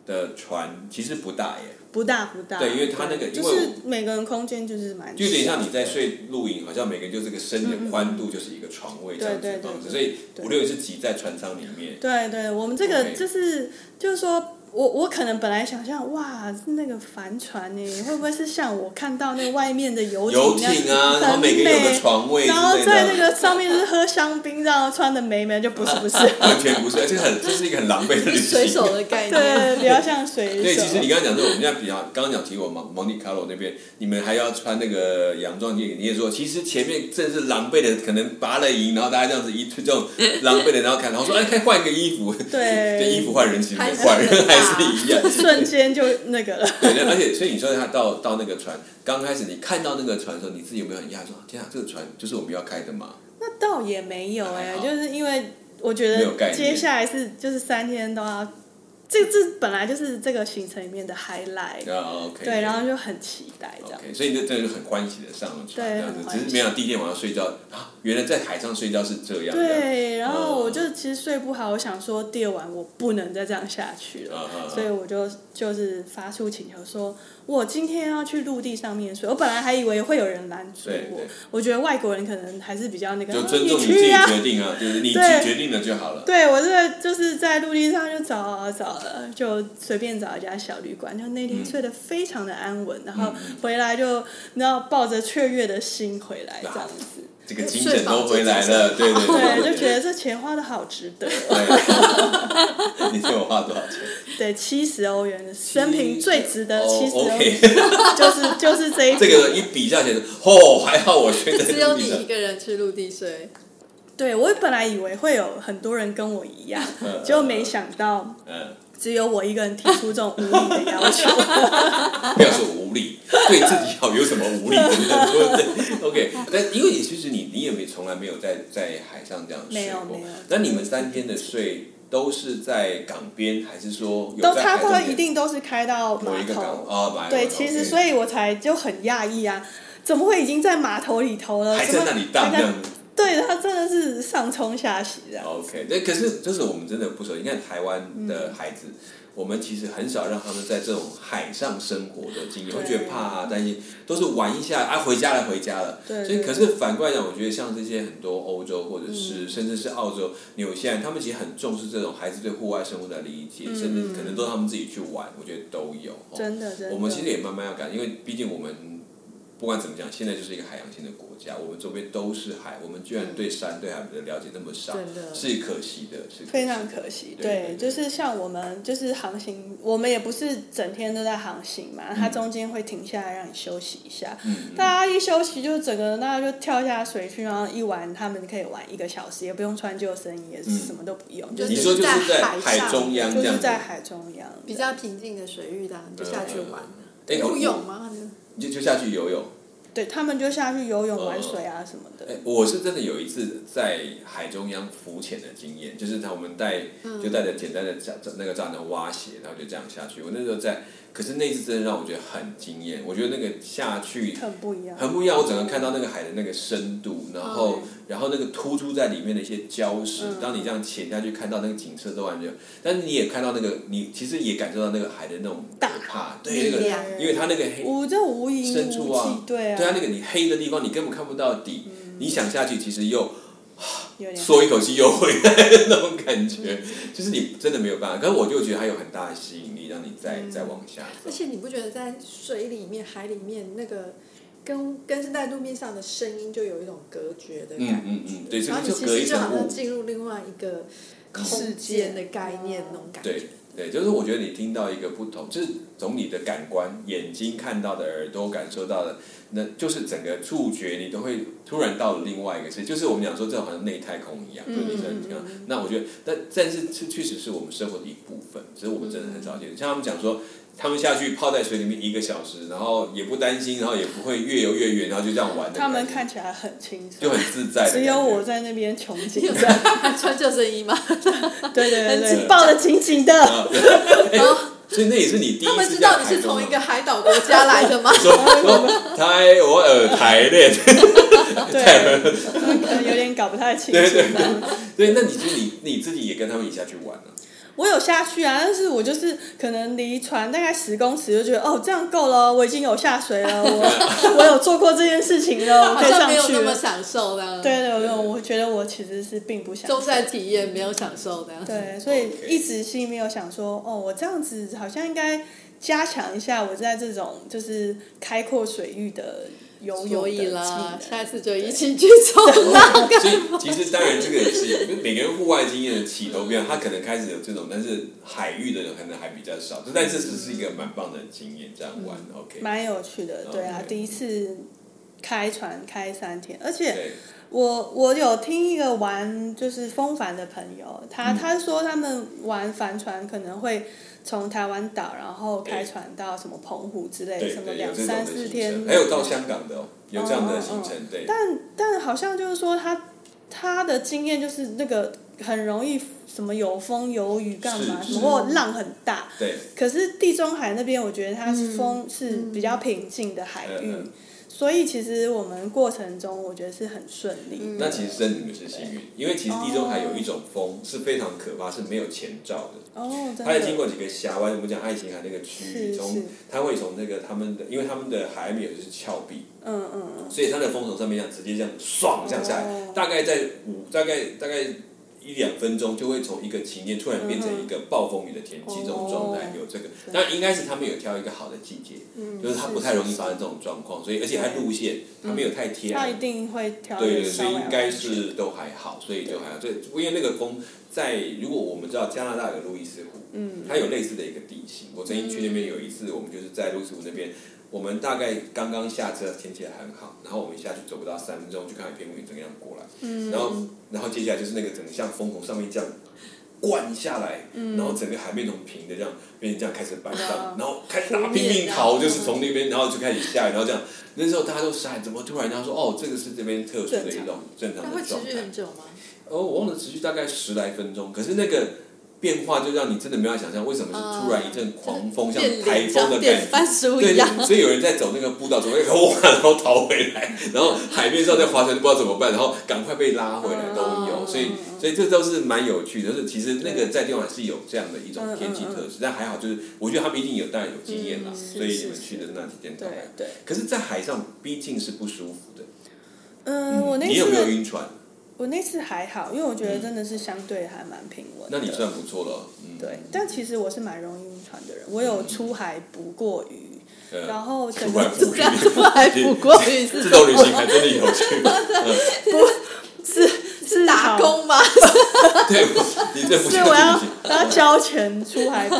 Speaker 1: 的船其实不大耶，
Speaker 3: 不大不大，
Speaker 1: 对因为它那个因为
Speaker 3: 就是每个人空间就是蛮，
Speaker 1: 就有点像你在。睡露营，好像每个人就是个身的宽度就是一个床位这样子的方式，所
Speaker 3: 对
Speaker 1: 以
Speaker 3: 对对
Speaker 1: 五六也是挤在船舱里面。
Speaker 3: 对对，我们这个
Speaker 1: OK
Speaker 3: 就是就是说。我我可能本来想象，哇，那个帆船呢，会不会是像我看到那外面的游
Speaker 1: 游
Speaker 3: 艇
Speaker 1: 艇
Speaker 3: 那样
Speaker 1: 啊，然后
Speaker 3: 很
Speaker 1: 每个人有个
Speaker 3: 美
Speaker 1: 床位之
Speaker 3: 然后
Speaker 1: 类
Speaker 3: 在那
Speaker 1: 的，
Speaker 3: 个上面就是喝香槟，然后穿的美美，就不是不 是，
Speaker 1: 完全不是，这是很这是一个很狼狈的
Speaker 2: 一个
Speaker 1: 旅
Speaker 2: 水手
Speaker 1: 行。
Speaker 2: 的概念。
Speaker 3: 对，比较像水手。
Speaker 1: 对，其实你刚刚讲说，我们现在比较刚刚讲提我蒙蒙地卡罗那边，你们还要穿那个洋装，你你也说，其实前面正是狼狈的，可能拔了营，然后大家这样子一这种狼狈的，然后看，然后说，哎，可以换一个衣服，
Speaker 3: 对
Speaker 1: 这衣服换人，其实没
Speaker 2: 还是
Speaker 1: 换人，
Speaker 2: 很大
Speaker 1: 还是一样，
Speaker 3: 瞬间就那个了。
Speaker 1: 对，那而且所以你说他到到那个船，刚开始你看到那个船的时候，你自己有没有很讶异说，天啊，这个船就是我们要开的嘛？
Speaker 3: 那倒也没有哎、
Speaker 1: 还好
Speaker 3: 就是因为我觉
Speaker 1: 没有概
Speaker 3: 得
Speaker 1: 念
Speaker 3: 接下来是就是三天都要，这这本来就是这个行程里面的 highlight，
Speaker 1: 啊，OK，
Speaker 3: 对，然后就很期待这样。
Speaker 1: OK，所以那真的就很欢喜的上了船，
Speaker 3: 对
Speaker 1: 这样子
Speaker 3: 很，欢
Speaker 1: 只
Speaker 3: 喜
Speaker 1: 是没想到第一天晚上睡觉啊，原来在海上睡觉是这样的，
Speaker 3: 对，然后我
Speaker 1: 嗯
Speaker 3: 就其实睡不好，我想说第二晚我不能再这样下去了，
Speaker 1: 啊啊啊
Speaker 3: 所以我就就是发出请求说，我今天要去陆地上面睡。我本来还以为会有人拦住
Speaker 1: 对
Speaker 3: 我
Speaker 1: 对，
Speaker 3: 我觉得外国人可能还是比较那个，
Speaker 1: 就
Speaker 3: 啊
Speaker 1: 尊重你自
Speaker 3: 去
Speaker 1: 己
Speaker 3: 啊。
Speaker 1: 决定啊，就是你自己
Speaker 3: 对
Speaker 1: 决定了就好了。
Speaker 3: 对我这个就是在陆地上就找啊找啊，了，就随便找一家小旅馆，就那天
Speaker 1: 嗯
Speaker 3: 睡得非常的安稳，然后
Speaker 1: 嗯嗯
Speaker 3: 回来就然后抱着雀跃的心回来这样子，
Speaker 1: 这个精神都回来了，对
Speaker 2: 睡
Speaker 1: 对
Speaker 2: 饱
Speaker 1: 对，
Speaker 3: 对，就觉得这钱花的好值得。
Speaker 1: 对你对我花多少钱？
Speaker 3: 对，七十欧元，生平最值得
Speaker 1: 哦
Speaker 3: 七十欧元，
Speaker 1: OK，
Speaker 3: 就是就 是这一
Speaker 1: 这个一比较起来，哦，还好我选在
Speaker 2: 只有
Speaker 1: 陆
Speaker 2: 你
Speaker 1: 地上
Speaker 2: 一。个人去陆地睡，
Speaker 3: 对我本来以为会有很多人跟我一样， 结果没想到
Speaker 1: 嗯，
Speaker 3: 只有我一个人提出这种无理的要 求。
Speaker 1: 不要说无力， 对自己好有什么无力？ 对不对？OK，但因为你其实你你也没从来没有在在海上这样
Speaker 3: 没
Speaker 1: 睡
Speaker 3: 有
Speaker 1: 过
Speaker 3: 没有。
Speaker 1: 那你们三天的睡都是在港边，还是说有
Speaker 3: 都
Speaker 1: 在海
Speaker 3: 他他
Speaker 1: 中间
Speaker 3: 一定都是开到
Speaker 1: 某
Speaker 3: 码
Speaker 1: 一个港
Speaker 3: 头，
Speaker 1: 哦，码头
Speaker 3: 对，其实所以我才就很讶异啊，怎么会已经在码头里头了？
Speaker 1: 还
Speaker 3: 怎
Speaker 1: 在
Speaker 3: 么
Speaker 1: 那里荡
Speaker 3: 还
Speaker 1: 这
Speaker 3: 在
Speaker 1: 样哦子。
Speaker 3: 对他真的是上冲下洗这样，
Speaker 1: OK，那可是就是我们真的不熟悉。你看台湾的孩子，我们其实很少让他们在这种海上生活的经验，
Speaker 3: 对
Speaker 1: 会觉得怕啊、担心，都是玩一下啊，回家了，回家了。
Speaker 3: 对
Speaker 1: 所以，
Speaker 3: 对
Speaker 1: 可是反过来讲，我觉得像这些很多欧洲或者
Speaker 3: 嗯
Speaker 1: 是、甚至是澳洲、纽西兰，他们其实很重视这种孩子对户外生活的理解，
Speaker 3: 嗯
Speaker 1: 甚至可能都是他们自己去玩，我觉得都有。哦
Speaker 3: 真的真的。
Speaker 1: 我们其实也慢慢要改，因为毕竟我们不管怎么讲，现在就是一个海洋性的国家，我们周边都是海，我们居然对山、对海的了解那么少，
Speaker 2: 真的
Speaker 1: 是可惜的，是可惜的
Speaker 3: 非常可惜，
Speaker 1: 对
Speaker 3: 对，就是像我们就是航行，我们也不是整天都在航行嘛，
Speaker 1: 嗯
Speaker 3: 它中间会停下来让你休息一下。大家一休息就整个大家就跳下水去，然后一玩，他们可以玩一个小时，也不用穿救生衣，也
Speaker 1: 嗯
Speaker 3: 什么都不用，就
Speaker 1: 你
Speaker 3: 是
Speaker 1: 说就是
Speaker 2: 在
Speaker 1: 在
Speaker 2: 海
Speaker 1: 海
Speaker 2: 上
Speaker 1: 中央
Speaker 3: 就
Speaker 1: 这样
Speaker 3: 是
Speaker 1: 子，
Speaker 3: 在海中央
Speaker 2: 比较平静的水域啦，你
Speaker 1: 嗯
Speaker 2: 就下去玩啊。
Speaker 1: 哎我
Speaker 2: 游泳吗？
Speaker 1: 就就下去游泳。
Speaker 3: 对他们就下去游泳、玩水啊什么的。
Speaker 1: 哎，我是真的有一次在海中央浮潜的经验，就是他我们带
Speaker 2: 嗯
Speaker 1: 就带着简单的帐那个帐篷蛙鞋，然后就这样下去。我那时候在，可是那次真的让我觉得很惊艳，我觉得那个下去
Speaker 3: 很不一样，
Speaker 1: 很不一样，我整个看到那个海的那个深度，然后、
Speaker 3: 嗯
Speaker 1: 然后那个突出在里面的一些礁石，当你这样潜下去看到那个景色都完全，但是你也看到那个你其实也感受到那个海的那种可
Speaker 3: 大
Speaker 1: 怕，对那
Speaker 2: 力
Speaker 1: 个，
Speaker 2: 量
Speaker 1: 因为它那个黑，
Speaker 3: 无这无影
Speaker 1: 深
Speaker 3: 无
Speaker 1: 处
Speaker 3: 迹
Speaker 1: 啊，
Speaker 3: 对啊，嗯
Speaker 1: 对啊，那个你黑的地方你根本看不到底，你想下去其实又
Speaker 3: 有点
Speaker 1: 缩一口气又回来的那种感觉，就是你真的没有办法。可是我就觉得它有很大的吸引力，让你再、
Speaker 3: 嗯
Speaker 1: 再往下走
Speaker 2: 而。且你不觉得在水里面、海里面那个跟跟在路面上的声音就有一种隔绝的
Speaker 1: 嗯
Speaker 2: 感
Speaker 1: 嗯
Speaker 2: 觉
Speaker 1: 嗯，，对，这
Speaker 2: 然
Speaker 1: 个
Speaker 2: 后你
Speaker 1: 就
Speaker 2: 其
Speaker 1: 隔一
Speaker 2: 实就
Speaker 1: 层
Speaker 2: 好像
Speaker 1: 雾。
Speaker 2: 进入另外一个
Speaker 3: 世
Speaker 2: 空
Speaker 3: 界
Speaker 2: 间的概念那种感觉。
Speaker 1: 对对，就是我觉得你听到一个不同，就是从你的感官、眼睛看到的、耳朵感受到的，那就是整个触觉，你都会突然到了另外一个世界。就是我们讲说，这好像内太空一样，就你这样讲。那我觉得，但但是这确实是我们生活的一部分，只是我们真的很少见。像他们讲说。他们下去泡在水里面一个小时，然后也不担心，然后也不会越游越远，然后就这样玩的。
Speaker 3: 他们看起来很轻
Speaker 1: 就
Speaker 3: 松，
Speaker 1: 很自在的感觉。
Speaker 3: 只有我在那 边穷
Speaker 2: 你
Speaker 3: 紧
Speaker 2: 有
Speaker 3: 张，
Speaker 2: 还穿救生衣吗？
Speaker 3: 对对
Speaker 2: 很
Speaker 3: 对
Speaker 2: 紧
Speaker 3: 对，抱得紧紧的。
Speaker 1: 啊，对所以那也是你第一
Speaker 2: 他们
Speaker 1: 次
Speaker 2: 知
Speaker 1: 这样
Speaker 2: 道你
Speaker 1: 海
Speaker 2: 是
Speaker 1: 中
Speaker 2: 从一
Speaker 1: 吗
Speaker 2: 个海岛国家 来的吗？
Speaker 1: 说说台我尔台恋，
Speaker 3: 对，可能有点搞不太清 楚。
Speaker 1: 对对，那你就你你自己也跟他们一起下去玩 了、
Speaker 3: 我有下去啊，但是我就是可能离船大概十公尺，就觉得哦，这样够了，我已经有下水了， 我我有做过这件事情了，我
Speaker 2: 好
Speaker 3: 可以
Speaker 2: 像
Speaker 3: 上
Speaker 2: 没有
Speaker 3: 去
Speaker 2: 那么
Speaker 3: 了。
Speaker 2: 享受的，
Speaker 3: 对，对对，我觉得我其实是并不想。
Speaker 2: 都在体验，没有享受的。
Speaker 3: 对，所以一直心里面有想说，哦，我这样子好像应该加强一下我在这种就是开阔水域的游泳
Speaker 2: 所
Speaker 3: 的
Speaker 2: 以
Speaker 3: 技
Speaker 2: 啦
Speaker 3: 能，。
Speaker 2: 下一次就一起去冲浪。
Speaker 1: 所以其实当然这个也是有每个人户外经验的起头不一样，他可能开始有这种，但是海域的人可能还比较少，但这只是一个蛮棒的经验，这样玩、OK。
Speaker 3: 蛮有趣的，对啊
Speaker 1: OK，
Speaker 3: 第一次开船开三天，而且
Speaker 1: 对，
Speaker 3: 我我有听一个玩就是风帆的朋友，他、
Speaker 1: 嗯
Speaker 3: 他说他们玩帆船可能会从台湾岛，然后开船到什么澎湖之类，
Speaker 1: 对
Speaker 3: 哎什么
Speaker 1: 对，有
Speaker 3: 两
Speaker 1: 这种
Speaker 3: 三
Speaker 1: 的
Speaker 3: 四
Speaker 1: 行
Speaker 3: 天
Speaker 1: 程，，还有到香港的哦，有这样的行程，对，
Speaker 3: 但但好像就是说他他的经验就是那个很容易什么有风有雨干嘛，
Speaker 1: 是
Speaker 3: 什么或浪很大。
Speaker 1: 对，
Speaker 3: 可是地中海那边，我觉得它是风是比较平静的海域，
Speaker 1: 嗯嗯
Speaker 3: 所以其实我们过程中我觉得是很顺利的。
Speaker 1: 那其实真的你们是幸运，因为其实地中海有一种风是非常可怕，是没有前兆的，
Speaker 2: 嗯
Speaker 3: 哦，真的
Speaker 1: 它也经过几个峡湾，我们讲爱琴海那个区域，
Speaker 3: 是是
Speaker 1: 从它会从那个他们的，因为他们的海岸有的是峭壁，
Speaker 3: 嗯嗯嗯，
Speaker 1: 所以它的风从上面这样直接这样爽这样下来，
Speaker 3: 哦
Speaker 1: 大概在五大概大概一两分钟就会从一个晴天突然变成一个暴风雨的天气，这种状态有这个，那应该是他们有挑一个好的季节，
Speaker 2: 嗯
Speaker 1: 就是它不太容易发生这种状况，所以而且它路线它没有太贴
Speaker 3: 他
Speaker 1: 岸
Speaker 3: 一，定会挑
Speaker 1: 对
Speaker 3: 一
Speaker 1: 对，
Speaker 3: 个稍
Speaker 1: 所以
Speaker 3: 微
Speaker 1: 应该
Speaker 3: 安全
Speaker 1: 是都还好，所以就还好。对，因为那个风在，如果我们知道加拿大有路易斯湖，嗯，它有类似的一个地形。我曾经去那
Speaker 3: 嗯
Speaker 1: 边有一次，我们就是在路易斯湖那边，我们大概刚刚下车，天气还很好，然后我们一下去走不到三分钟，就看到一片乌云怎么样过来，嗯，然后然后接下来就是那个整个像风从上面这样。灌下来，然后整个海面从平的这样变成这样开始摆荡，
Speaker 3: 嗯
Speaker 1: 然后开始大
Speaker 3: 湖
Speaker 1: 家拼
Speaker 3: 面
Speaker 1: 命
Speaker 3: 这样
Speaker 1: 逃，就是
Speaker 3: 嗯
Speaker 1: 从那边，然后就开始下雨，然后这样。那时候大家都傻，怎么突然他说哦，这个是这边特殊的一种正常
Speaker 2: 它
Speaker 1: 的
Speaker 2: 会持
Speaker 1: 状
Speaker 2: 续
Speaker 1: 态
Speaker 2: 很。久吗？
Speaker 1: 哦，我忘了持续大概十来分钟，可是那个变化就让你真的没法想象，为什么是突然一阵狂风，像台风的感
Speaker 2: 啊电
Speaker 1: 觉。
Speaker 2: 翻书
Speaker 1: 对
Speaker 2: 一啊样。，
Speaker 1: 所以有人在走那个步道，走那个哇，然后逃回来，然后海面上在划船，不知道怎么办，然后赶快被拉回来都有，
Speaker 2: 嗯
Speaker 1: 所以所以这都是蛮有趣的，就是其实那个在地方是有这样的一种天气特质，但还好就是我觉得他们一定有当然有经验啦，
Speaker 3: 嗯是
Speaker 1: 所以你
Speaker 3: 是
Speaker 1: 们去的那几天都
Speaker 3: 对
Speaker 1: 还好。
Speaker 3: 对，
Speaker 1: 可是，在海上毕竟是不舒服的。
Speaker 3: 嗯，我那
Speaker 1: 你有没有
Speaker 3: 次
Speaker 1: 晕船？
Speaker 3: 我那次还好，因为我觉得真的是相对还蛮平稳的。
Speaker 1: 那你算不错了。嗯，
Speaker 3: 对，但其实我是蛮容易晕船的人，我
Speaker 2: 嗯
Speaker 3: 有出海捕过鱼，
Speaker 1: 嗯
Speaker 3: 然后整
Speaker 1: 出海
Speaker 3: 个
Speaker 1: 捕鱼
Speaker 3: 这样出海捕过鱼
Speaker 1: 自
Speaker 3: 是
Speaker 1: 动旅行还真的有趣。 嗯，
Speaker 3: 是
Speaker 2: 打
Speaker 3: 好，
Speaker 2: 工吗？
Speaker 1: 对，我你 这不
Speaker 3: 所以
Speaker 1: 像
Speaker 3: 我要
Speaker 1: 自己。
Speaker 3: 我要交钱出 海捕鱼，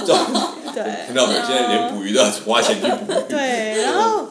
Speaker 3: 对，
Speaker 1: 听到没有？现在连捕鱼都要花钱去捕。
Speaker 3: 对，然后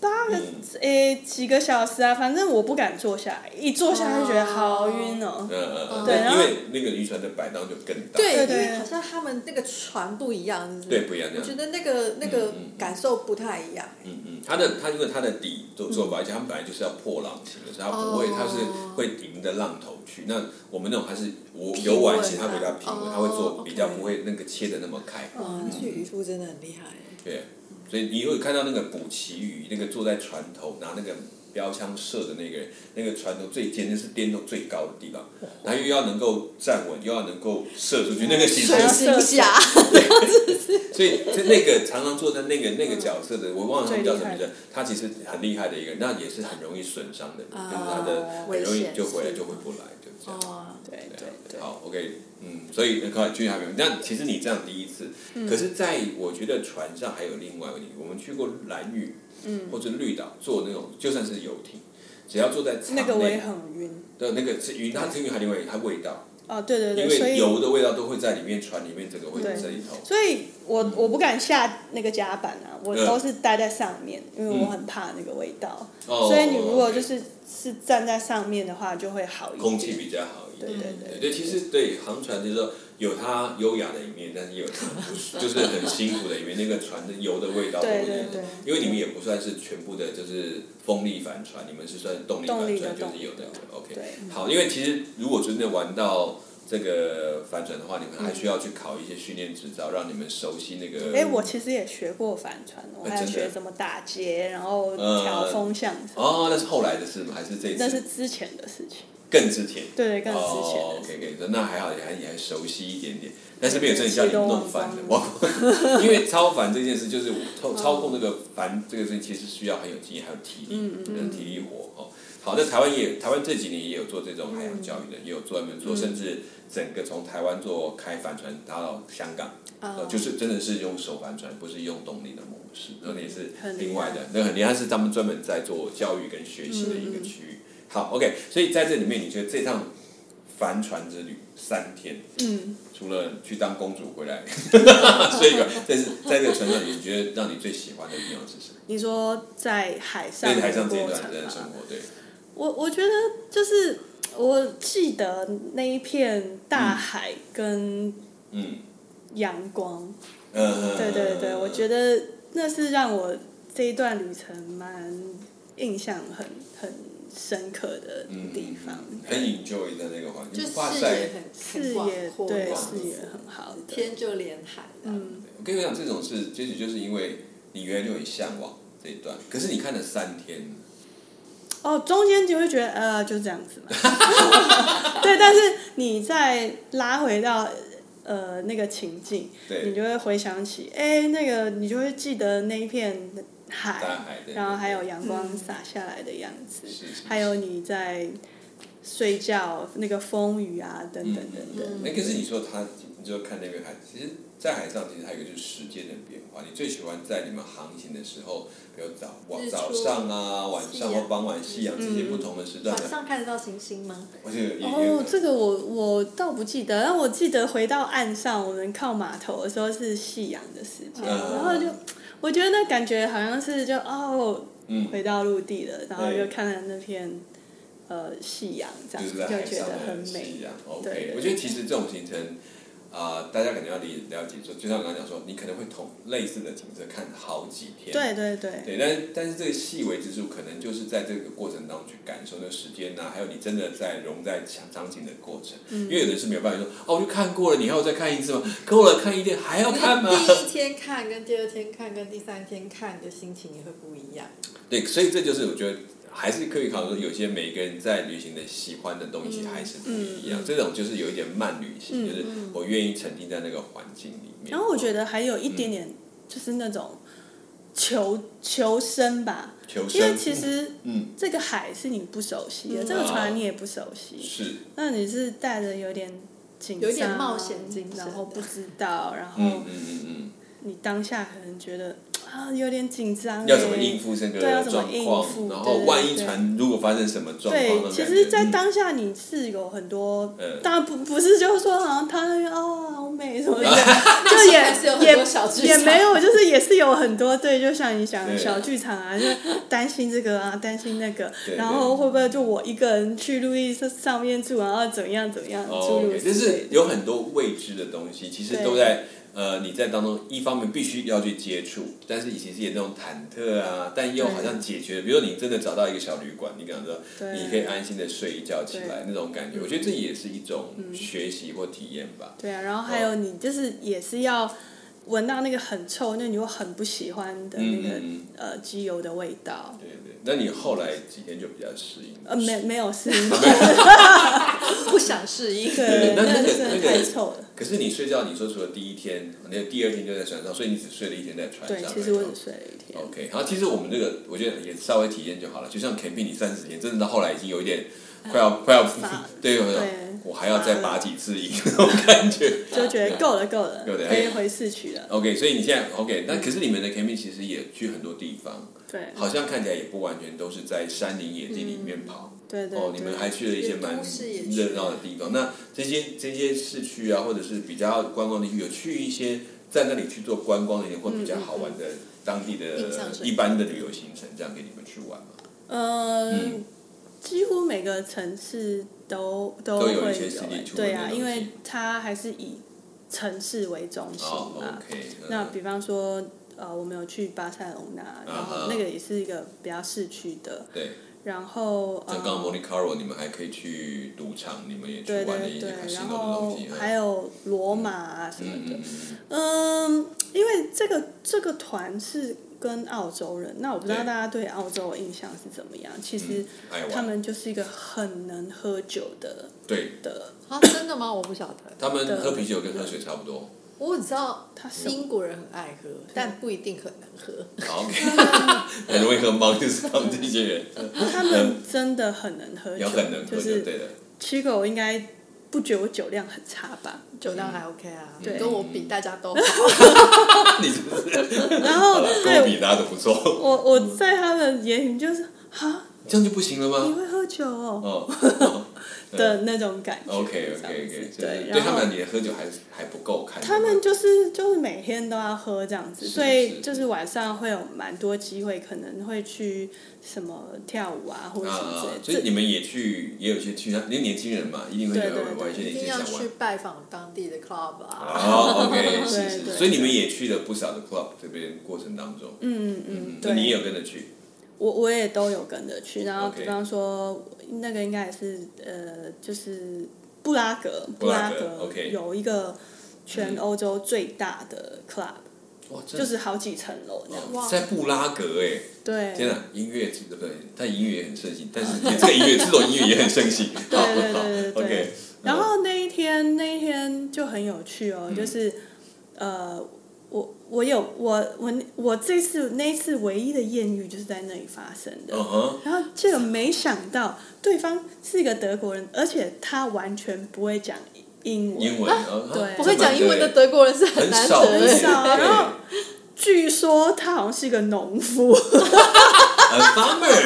Speaker 3: 八个
Speaker 1: 嗯
Speaker 3: 诶、几个小时啊，反正我不敢坐下来，一坐下来就觉得好晕哦、
Speaker 1: 嗯嗯嗯，
Speaker 2: 对
Speaker 1: 那
Speaker 3: 然
Speaker 1: 因
Speaker 3: 后
Speaker 1: 为那个渔船的摆荡就更大。
Speaker 2: 对，
Speaker 3: 对
Speaker 2: 因
Speaker 3: 对
Speaker 2: 为好像他们那个船不一样，是不
Speaker 1: 对，
Speaker 2: 是？
Speaker 1: 不一样这
Speaker 2: 我
Speaker 1: 样
Speaker 2: 觉。得那个那个
Speaker 1: 嗯嗯嗯
Speaker 2: 感受不太一样。
Speaker 1: 嗯嗯，它的它因为它的底做做法，而且他们本来就是要破浪型的，所以它不会，
Speaker 2: 哦
Speaker 1: 它是会迎着浪头去。那我们那种还是我有晚型，它比较平稳，它会
Speaker 3: 哦
Speaker 1: 做比较不会那个切的那么开。
Speaker 2: 哇，那啊去渔夫真的很厉害。
Speaker 1: 对，所以你会看到那个捕旗鱼，那个坐在船头拿那个标枪射的那个人，那个船头最尖，那是颠到最高的地方，然后又要能够站稳，又要能够射出去，那个其实
Speaker 3: 还
Speaker 2: 水
Speaker 3: 要，
Speaker 2: 行侠，
Speaker 1: 所以就那个常常坐在那个那个角色的，我忘了他们叫什么名
Speaker 3: 最
Speaker 1: 字，他其实很厉害的一个人，那也是很容易损伤的，
Speaker 2: 啊
Speaker 1: 就是他的很
Speaker 2: 危
Speaker 1: 容易
Speaker 2: 险
Speaker 1: 就回来
Speaker 2: 是
Speaker 1: 就回不来，就这样。
Speaker 2: 哦，
Speaker 3: 对对对，
Speaker 1: 好，OK，嗯，所以刚才军还没有，但其实你这样第一次，
Speaker 3: 嗯
Speaker 1: 可是在我觉得船上还有另外一个问题，我们去过蓝屿，嗯，或者绿岛坐那种就算是游艇，只要坐在舱内
Speaker 3: 那个我也很晕。
Speaker 1: 对那个是云，它是因为它另外一个它味道，
Speaker 3: 哦，对对
Speaker 1: 因
Speaker 3: 对，所
Speaker 1: 为
Speaker 3: 以
Speaker 1: 油的味道都会在里面，船里面整个会
Speaker 3: 对
Speaker 1: 在里头。
Speaker 3: 所以我我不敢下那个甲板啊，我
Speaker 1: 嗯
Speaker 3: 都是待在上面，因为我很怕那个味道。
Speaker 1: 哦
Speaker 3: 所以你如果就是是站在上面的话，就会好一点。
Speaker 1: 空气比较好一
Speaker 3: 对
Speaker 1: 点，
Speaker 3: 对
Speaker 1: 对
Speaker 3: 对
Speaker 1: 对，其实对航船就是说有它优雅的一面，但是 也有它不是就是很辛苦的一面。那个船的油的味道，
Speaker 3: 对
Speaker 1: 或者
Speaker 3: 对
Speaker 1: 是
Speaker 3: 对
Speaker 1: 因为你们也不算是全部的，就是风力帆船，你们是算动力帆
Speaker 3: 动力
Speaker 1: 船，
Speaker 3: 的
Speaker 1: 就是
Speaker 3: 动
Speaker 1: 有那个 OK
Speaker 3: 对。
Speaker 1: 好，因为其实如果真的玩到这个帆船的话，你们还需要去考一些训练执照，让你们熟悉那个。
Speaker 3: 哎、我其实也学过帆船，我
Speaker 1: 呃
Speaker 3: 还有
Speaker 1: 真的
Speaker 3: 学怎么打结，然后
Speaker 1: 呃
Speaker 3: 调风向什么的。
Speaker 1: 哦，那是后来的事吗？还是这一
Speaker 3: 那是
Speaker 1: 次
Speaker 3: 之前的事情，
Speaker 1: 更之前？
Speaker 3: 对对，更之
Speaker 1: 哦
Speaker 3: 前的事。
Speaker 1: ，OK OK，那还好，也还也还熟悉一点点，但是没有真的像你们弄烦的
Speaker 3: 对，
Speaker 1: 我 因为操烦这件事就是操操控这个烦这个事情，其实需要很有经验，还有体
Speaker 3: 嗯
Speaker 1: 力，跟体力活哦。好，那台湾也台湾这几年也有做这种海洋教育的，也有专门做，
Speaker 3: 嗯
Speaker 1: 甚至整个从台湾做开帆船搭到香港，
Speaker 3: 哦
Speaker 1: 呃，就是真的是用手帆船，不是用动力的模式，那也是
Speaker 3: 嗯很厉
Speaker 1: 另外
Speaker 3: 害
Speaker 1: 的，那很厉害是他们专门在做教育跟学习的一个区
Speaker 3: 嗯
Speaker 1: 域。好，OK，所以在这里面，你觉得这趟帆船之旅三天，
Speaker 3: 嗯，
Speaker 1: 除了去当公主回来， 所以这是在这个船上，你觉得让你最喜欢的地方是什么？
Speaker 3: 你说在海上
Speaker 1: 在
Speaker 3: 的
Speaker 1: 海上这一
Speaker 3: 过
Speaker 1: 段
Speaker 3: 程
Speaker 1: 人生
Speaker 3: 吗？
Speaker 1: 活，对，
Speaker 3: 我我觉得就是我记得那一片大海跟
Speaker 1: 嗯，
Speaker 3: 阳光，
Speaker 1: 呃，
Speaker 3: 对对对，我觉
Speaker 1: 得
Speaker 3: 得那是让我这一段旅程蛮印象很很深刻的地方。
Speaker 1: 嗯很 enjoy 在那个环境
Speaker 2: 就，
Speaker 1: 哇
Speaker 2: 视
Speaker 1: 塞
Speaker 2: 野！很
Speaker 3: 视
Speaker 2: 很广
Speaker 3: 野
Speaker 2: 阔，
Speaker 3: 对
Speaker 2: 这样
Speaker 3: 视野
Speaker 2: 子
Speaker 3: 很好的，
Speaker 2: 天就连海的。
Speaker 3: 嗯，
Speaker 1: 我跟你讲，这种事，也许就是因为你原来就很向往这一段，可是你看了三天，
Speaker 3: 哦，中间就会觉得呃，就这样子 嘛。 对，但是你再拉回到呃那个情境，你
Speaker 1: 对，
Speaker 3: 就会回想起，哎、那个你就会记得那一片海，
Speaker 1: 大海的，
Speaker 3: 然后还有阳光
Speaker 2: 嗯
Speaker 3: 洒下来的样子，
Speaker 1: 是是
Speaker 3: 还有你在睡觉那个风雨啊等等等等。
Speaker 1: 嗯哎、可是你说他，你就看那边海，其实，在海上其实还有一个就是时间的变化。你最喜欢在你们航行的时候，比如早晚
Speaker 2: 日出
Speaker 1: 早上啊、晚上
Speaker 2: 夕
Speaker 1: 或
Speaker 2: 阳
Speaker 1: 傍晚夕阳这些
Speaker 3: 嗯
Speaker 1: 不同的时段
Speaker 2: 晚
Speaker 1: 的，
Speaker 2: 上看得到星星吗？
Speaker 1: 我觉得也也有
Speaker 3: 哦，这个我我倒不记得，但我记得回到岸上，我们靠码头的时候是夕阳的时间，
Speaker 1: 嗯
Speaker 3: 然后就我觉得那感觉好像是就哦
Speaker 1: 嗯，
Speaker 3: 回到陆地了，然后
Speaker 1: 对
Speaker 3: 又看了那片呃夕阳，这
Speaker 1: 就
Speaker 3: 样
Speaker 1: 是
Speaker 3: 子
Speaker 1: 在海
Speaker 3: 觉
Speaker 1: 上
Speaker 3: 得
Speaker 1: 的
Speaker 3: 很美
Speaker 1: 夕。阳。哦
Speaker 3: 对
Speaker 1: OK，
Speaker 3: 对
Speaker 1: 我觉得其实这种行程。啊、大家可能要理了解说，就像我刚刚讲说，你可能会同类似的景色看好几天，
Speaker 3: 对对对，
Speaker 1: 对，但但是这个细微之处，可能就是在这个过程当中去感受那个时间呐、还有你真的在融在场场景的过程。
Speaker 3: 嗯
Speaker 1: 因为有的人是没有办法说，哦，我就看过了，你还要再看一次吗？够了，看一遍还要看吗？
Speaker 2: 第一天看跟第二天看跟第三天看的心情也会不一样。
Speaker 1: 对，所以这就是我觉得还是可以考虑说，有些每个人在旅行的喜欢的东西还是不一样。
Speaker 3: 嗯嗯
Speaker 1: 这种就是有一点慢旅行，
Speaker 3: 嗯
Speaker 1: 就是我愿意沉浸在那个环境里面。哦
Speaker 3: 然后我觉得还有一
Speaker 1: 嗯
Speaker 3: 点点就是那种求求生吧，
Speaker 1: 求生，
Speaker 3: 因为其实
Speaker 1: 嗯哦
Speaker 3: 这个海是你不熟悉的，
Speaker 2: 嗯
Speaker 3: 这个船你也不熟悉，
Speaker 1: 是
Speaker 3: 那你是带着有点紧张，
Speaker 2: 有点冒险精神
Speaker 3: 然后不知道，然
Speaker 1: 嗯
Speaker 3: 后
Speaker 1: 嗯嗯
Speaker 3: 你当下可能觉得啊有点紧张
Speaker 1: 嗯，
Speaker 3: 欸，
Speaker 1: 要怎么应付这个
Speaker 3: 对要怎么
Speaker 1: 状
Speaker 3: 应
Speaker 1: 况？
Speaker 3: 付
Speaker 1: 然
Speaker 3: 对
Speaker 1: 后
Speaker 3: 对
Speaker 1: 万一
Speaker 3: 对
Speaker 1: 船如果发生什么状况，
Speaker 3: 对，
Speaker 1: 那
Speaker 3: 其
Speaker 1: 感
Speaker 3: 实，
Speaker 1: 觉
Speaker 3: 在
Speaker 1: 嗯
Speaker 3: 当下你是有很多，
Speaker 1: 嗯
Speaker 3: 当然不不是就是说好像他那边哦好 美什么的，
Speaker 2: 但
Speaker 3: 就 也
Speaker 2: 还是有很多小剧
Speaker 3: 也
Speaker 2: 场
Speaker 3: 也没有，就是也是有很多对，就像你讲的
Speaker 1: 对
Speaker 3: 小剧 场啊，就担心这个啊，担心那个
Speaker 1: 对，
Speaker 3: 然后会不会就我一个人去路易斯上面住，然后怎样怎样，诸
Speaker 1: 哦
Speaker 3: 如
Speaker 1: ，OK，
Speaker 3: 此
Speaker 1: 就
Speaker 3: 类
Speaker 1: 是
Speaker 3: 的。
Speaker 1: 有很多未知的东西，其实
Speaker 3: 对
Speaker 1: 都在呃你在当中，一方面必须要去接触，但是其实也那种忐忑啊，但又
Speaker 3: 对
Speaker 1: 好像解决，比如你真的找到一个小旅馆，你感觉
Speaker 3: 对嗯
Speaker 1: 你可以安心的睡一觉起来那种感觉，我觉得这也是一种学习或体验吧。
Speaker 3: 对啊，然后还有你就是也是要闻到那个很臭，那你又很不喜欢的那个
Speaker 1: 嗯嗯
Speaker 3: 呃机油的味道。
Speaker 1: 对对，那你后来几天就比较适应了。
Speaker 3: 呃，没没 有事，
Speaker 2: 不想适应。
Speaker 1: 对
Speaker 3: 对，
Speaker 1: 那那个
Speaker 3: 真的
Speaker 1: 那个
Speaker 3: 太臭了。
Speaker 1: 可是你睡觉，你说除了第一天，那第二天就在船上，所以你只睡了一天在船上
Speaker 3: 对
Speaker 1: 而已。，哦
Speaker 3: 其实我只睡了一天。
Speaker 1: OK，好，其实我们这个我觉得也稍微体验就好了。就像 camping 你三十天，真的到后来已经有一点快要、快要对，有有
Speaker 3: 嗯对
Speaker 1: 我还要再拔几次瘾那种感觉。
Speaker 3: 就觉得
Speaker 1: 啊
Speaker 3: 够了够了，
Speaker 1: 有点
Speaker 3: 可以回市区了。
Speaker 1: OK，所以你现在 OK，那
Speaker 3: 嗯
Speaker 1: 可是你们的 camping 其实也去很多地方，
Speaker 3: 对
Speaker 1: 好像看起来也不完全都是在山林野地里
Speaker 3: 嗯
Speaker 1: 面跑。
Speaker 3: 对对
Speaker 1: 哦，你们还
Speaker 3: 对，
Speaker 1: 去了一些蛮
Speaker 2: 也都市也去
Speaker 1: 热闹的地方。那这些这些市区啊，或者是比较观光地区，有去一些在那里去做观光的一些或比
Speaker 3: 嗯
Speaker 1: 较好玩的当地的
Speaker 2: 印象深刻
Speaker 1: 一般的旅游行程，这样给你们去玩吗？
Speaker 3: 嗯，几乎每个城市都都
Speaker 1: 都
Speaker 3: 会
Speaker 1: 有一些 city tour
Speaker 3: 对
Speaker 1: 的
Speaker 3: 啊，
Speaker 1: 东西
Speaker 3: 因为它还是以城市为中心
Speaker 1: 哦
Speaker 3: 嘛。
Speaker 1: ，OK，
Speaker 3: 啊那
Speaker 1: 嗯
Speaker 3: 比方说，呃，我们有去巴塞隆纳，然
Speaker 1: 啊哈
Speaker 3: 后那个也是一个比较市区的，
Speaker 1: 对，
Speaker 3: 然后
Speaker 1: 像刚刚
Speaker 3: 呃，
Speaker 1: Monte Carlo，你们还可以去赌场，你们也去
Speaker 3: 对
Speaker 1: 玩了一
Speaker 3: 对
Speaker 1: 些
Speaker 3: 对，
Speaker 1: casino
Speaker 3: 然
Speaker 1: 的东
Speaker 3: 后
Speaker 1: 西，
Speaker 3: 还有罗马啊什
Speaker 1: 嗯
Speaker 3: 么的
Speaker 1: 嗯，
Speaker 3: 嗯，因为这个这个团是跟澳洲人，那我不知道
Speaker 1: 对
Speaker 3: 大家对澳洲的印象是怎么样。其实
Speaker 1: 嗯，爱
Speaker 3: 他
Speaker 1: 玩，
Speaker 3: 们就是一个很能喝酒的
Speaker 1: 对
Speaker 3: 的，
Speaker 2: 啊，真的吗？我不晓得。
Speaker 1: 他们
Speaker 3: 的
Speaker 1: 喝啤酒跟喝水差不 多。
Speaker 2: 我只知道
Speaker 3: 他是
Speaker 2: 英国人很爱喝，但不一定很能喝。
Speaker 1: 好 OK，很容易喝懵，就是他们这些 人
Speaker 3: 他们真的很能喝
Speaker 1: 也
Speaker 3: 酒
Speaker 1: 很能，喝，
Speaker 3: 就
Speaker 1: 就是对了。
Speaker 3: 七狗应该不觉得我酒量很差吧？
Speaker 2: 酒量还 OK 啊，
Speaker 3: 嗯对
Speaker 2: 跟我比大家都好。
Speaker 1: 你是不是
Speaker 3: 然
Speaker 1: 好
Speaker 3: 后
Speaker 1: 了，跟我
Speaker 3: 对
Speaker 1: 比大家都不错，
Speaker 3: 我我在他们眼里就是哈，
Speaker 1: 这样就不行了
Speaker 3: 你
Speaker 1: 吗？
Speaker 3: 会喝酒哦
Speaker 1: 哦
Speaker 3: 的那种感觉。
Speaker 1: ，OK
Speaker 3: 这
Speaker 1: OK OK，
Speaker 3: 样子
Speaker 1: 就是
Speaker 3: 对，
Speaker 1: 对
Speaker 3: 然
Speaker 1: 他
Speaker 3: 后
Speaker 1: 们你的喝酒还还不够看
Speaker 3: 他们就是就是每天都要喝这样子，
Speaker 1: 是
Speaker 3: 所
Speaker 1: 是
Speaker 3: 以就是晚上会有蛮多机会，可能会去什么跳舞啊，或者
Speaker 1: 啊
Speaker 3: 什么
Speaker 1: 啊，
Speaker 3: 之
Speaker 1: 所
Speaker 3: 类
Speaker 1: 以
Speaker 3: 的。
Speaker 1: 你们也去，也有些去，因为年轻人嘛，一定会有
Speaker 3: 对对对
Speaker 1: 玩一些
Speaker 2: 一
Speaker 1: 年轻
Speaker 2: 定
Speaker 1: 人
Speaker 2: 要
Speaker 1: 想玩
Speaker 2: 去。拜访当地的 club 啊。
Speaker 1: 哦，OK，是
Speaker 3: 对
Speaker 1: 是，
Speaker 3: 对
Speaker 1: 所以你们也去了不少的 club 这边过程当中，
Speaker 3: 嗯嗯嗯，
Speaker 1: 那你也
Speaker 3: 对，
Speaker 1: 有跟着去，
Speaker 3: 我我也都有跟着去，然后
Speaker 1: OK
Speaker 3: 比方说那个应该也是呃，就是布拉格，
Speaker 1: 布拉格
Speaker 3: 格
Speaker 1: OK
Speaker 3: 有一个全欧洲最大的 club，
Speaker 1: 哇，真
Speaker 3: 就
Speaker 1: 的
Speaker 3: 是好几层楼这样。
Speaker 1: 哦
Speaker 2: 哇
Speaker 1: 在布拉格哎，
Speaker 3: 对，
Speaker 1: 天哪，音乐对不对？但音乐也很盛 行，但是这个音乐这种音乐也很盛行，
Speaker 3: 对对对对
Speaker 1: o
Speaker 3: 对
Speaker 1: k 嗯
Speaker 3: 然后那一天，那一天就很有趣哦，就是呃，我我有我我我这次那一次唯一的艳遇就是在那里发生的。
Speaker 1: 嗯哼，
Speaker 3: 然后结果没想到对方是一个德国人，而且他完全不会讲英文，
Speaker 1: 英文，嗯
Speaker 3: 啊对
Speaker 2: 不会讲英文的，德国人是很难
Speaker 1: 少
Speaker 2: 得
Speaker 3: 很
Speaker 2: 的。
Speaker 3: 少。
Speaker 1: 对
Speaker 3: 然后据说他好像是一个农 夫，
Speaker 1: 很 farmer，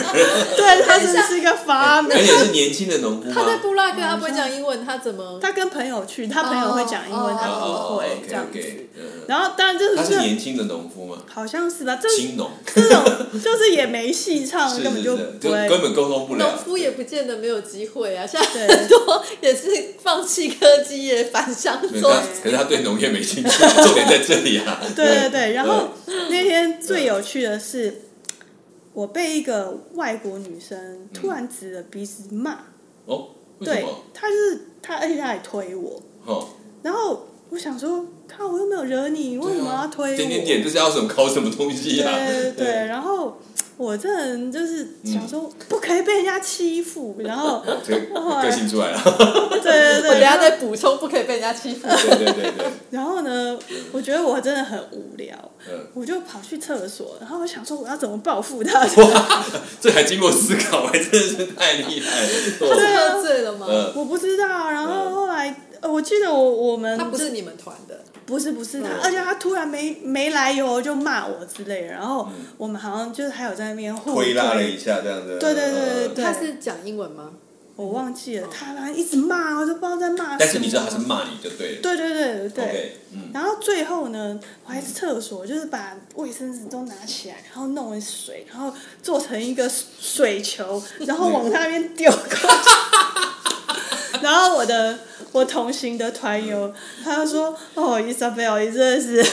Speaker 3: 对 他真的是一个发明。
Speaker 1: 而且是年轻的农夫
Speaker 2: 他在
Speaker 1: 吗？
Speaker 2: 布拉格，他不会讲英文，他怎么？
Speaker 3: 他跟朋友去，他朋友会讲英文，
Speaker 2: 哦
Speaker 3: 他不
Speaker 1: 哦
Speaker 3: 会这样子。
Speaker 1: ，OK，嗯，
Speaker 3: 然后当然就是
Speaker 1: 他是年轻的农夫吗？
Speaker 3: 好像是吧，这
Speaker 1: 青农，
Speaker 3: 这种就是也没戏唱，
Speaker 1: 是
Speaker 3: 根本
Speaker 1: 是，
Speaker 3: 就是不
Speaker 1: 就
Speaker 3: 会。
Speaker 1: 根本沟通不了
Speaker 2: 农。夫也不见得没有机会啊，现
Speaker 3: 对
Speaker 2: 在很多也是放弃科技也返乡
Speaker 1: 没有
Speaker 2: 做
Speaker 1: 他，可是他对农业没兴趣，重点在这里啊。
Speaker 3: 对对对，然后那天最有趣的是，我被一个外国女生突然指着鼻子骂，
Speaker 1: 哦，为嗯什
Speaker 3: 对
Speaker 1: 么？，
Speaker 3: 她就是她，而且她还推我，
Speaker 1: 哦，
Speaker 3: 然后我想说，看我又没有惹你，为什么要推我？
Speaker 1: 啊点点点，就是要什么考什么东西啊？
Speaker 3: 对对，然后我这人就是想说，不可以被人家欺 负，然后
Speaker 1: 这个个性出来了，
Speaker 3: 对对对，
Speaker 2: 我等一下
Speaker 3: 然后
Speaker 2: 再补充，不可以被人家欺负。
Speaker 1: 对对对对，
Speaker 3: 然后呢，我觉得我真的很无聊，
Speaker 1: 嗯，
Speaker 3: 我就跑去厕所，然后我想说我要怎么报复他？
Speaker 1: 这还经过思考，还真的是太厉害了。哦
Speaker 3: 对啊
Speaker 2: 喝醉了吗？
Speaker 1: 嗯
Speaker 3: 我不知道。然后
Speaker 1: 嗯
Speaker 3: 后来，呃我记得我我们
Speaker 2: 他不
Speaker 3: 就是
Speaker 2: 你们团的，
Speaker 3: 不是不是他
Speaker 1: 嗯，
Speaker 3: 而且他突然没没来由就骂我之类的，然后
Speaker 1: 嗯
Speaker 3: 我们好像就是还有在那边互
Speaker 1: 推拉了一下，这样子。
Speaker 3: 对对对对
Speaker 1: 嗯
Speaker 3: 对
Speaker 2: 他是讲英文吗？
Speaker 3: 我忘记了，他反正一直骂，我都不知道在骂什么。
Speaker 1: 但是你知道他是骂你就对了。
Speaker 3: 对对对对。
Speaker 1: OK，嗯，
Speaker 3: 然后最后呢，我还是厕所，就是把卫生纸都拿起来，然后弄了水，然后做成一个水球，然后往他那边丢过去。 然后我的我同行的团友，他就说：“哦，Isabel，你真的是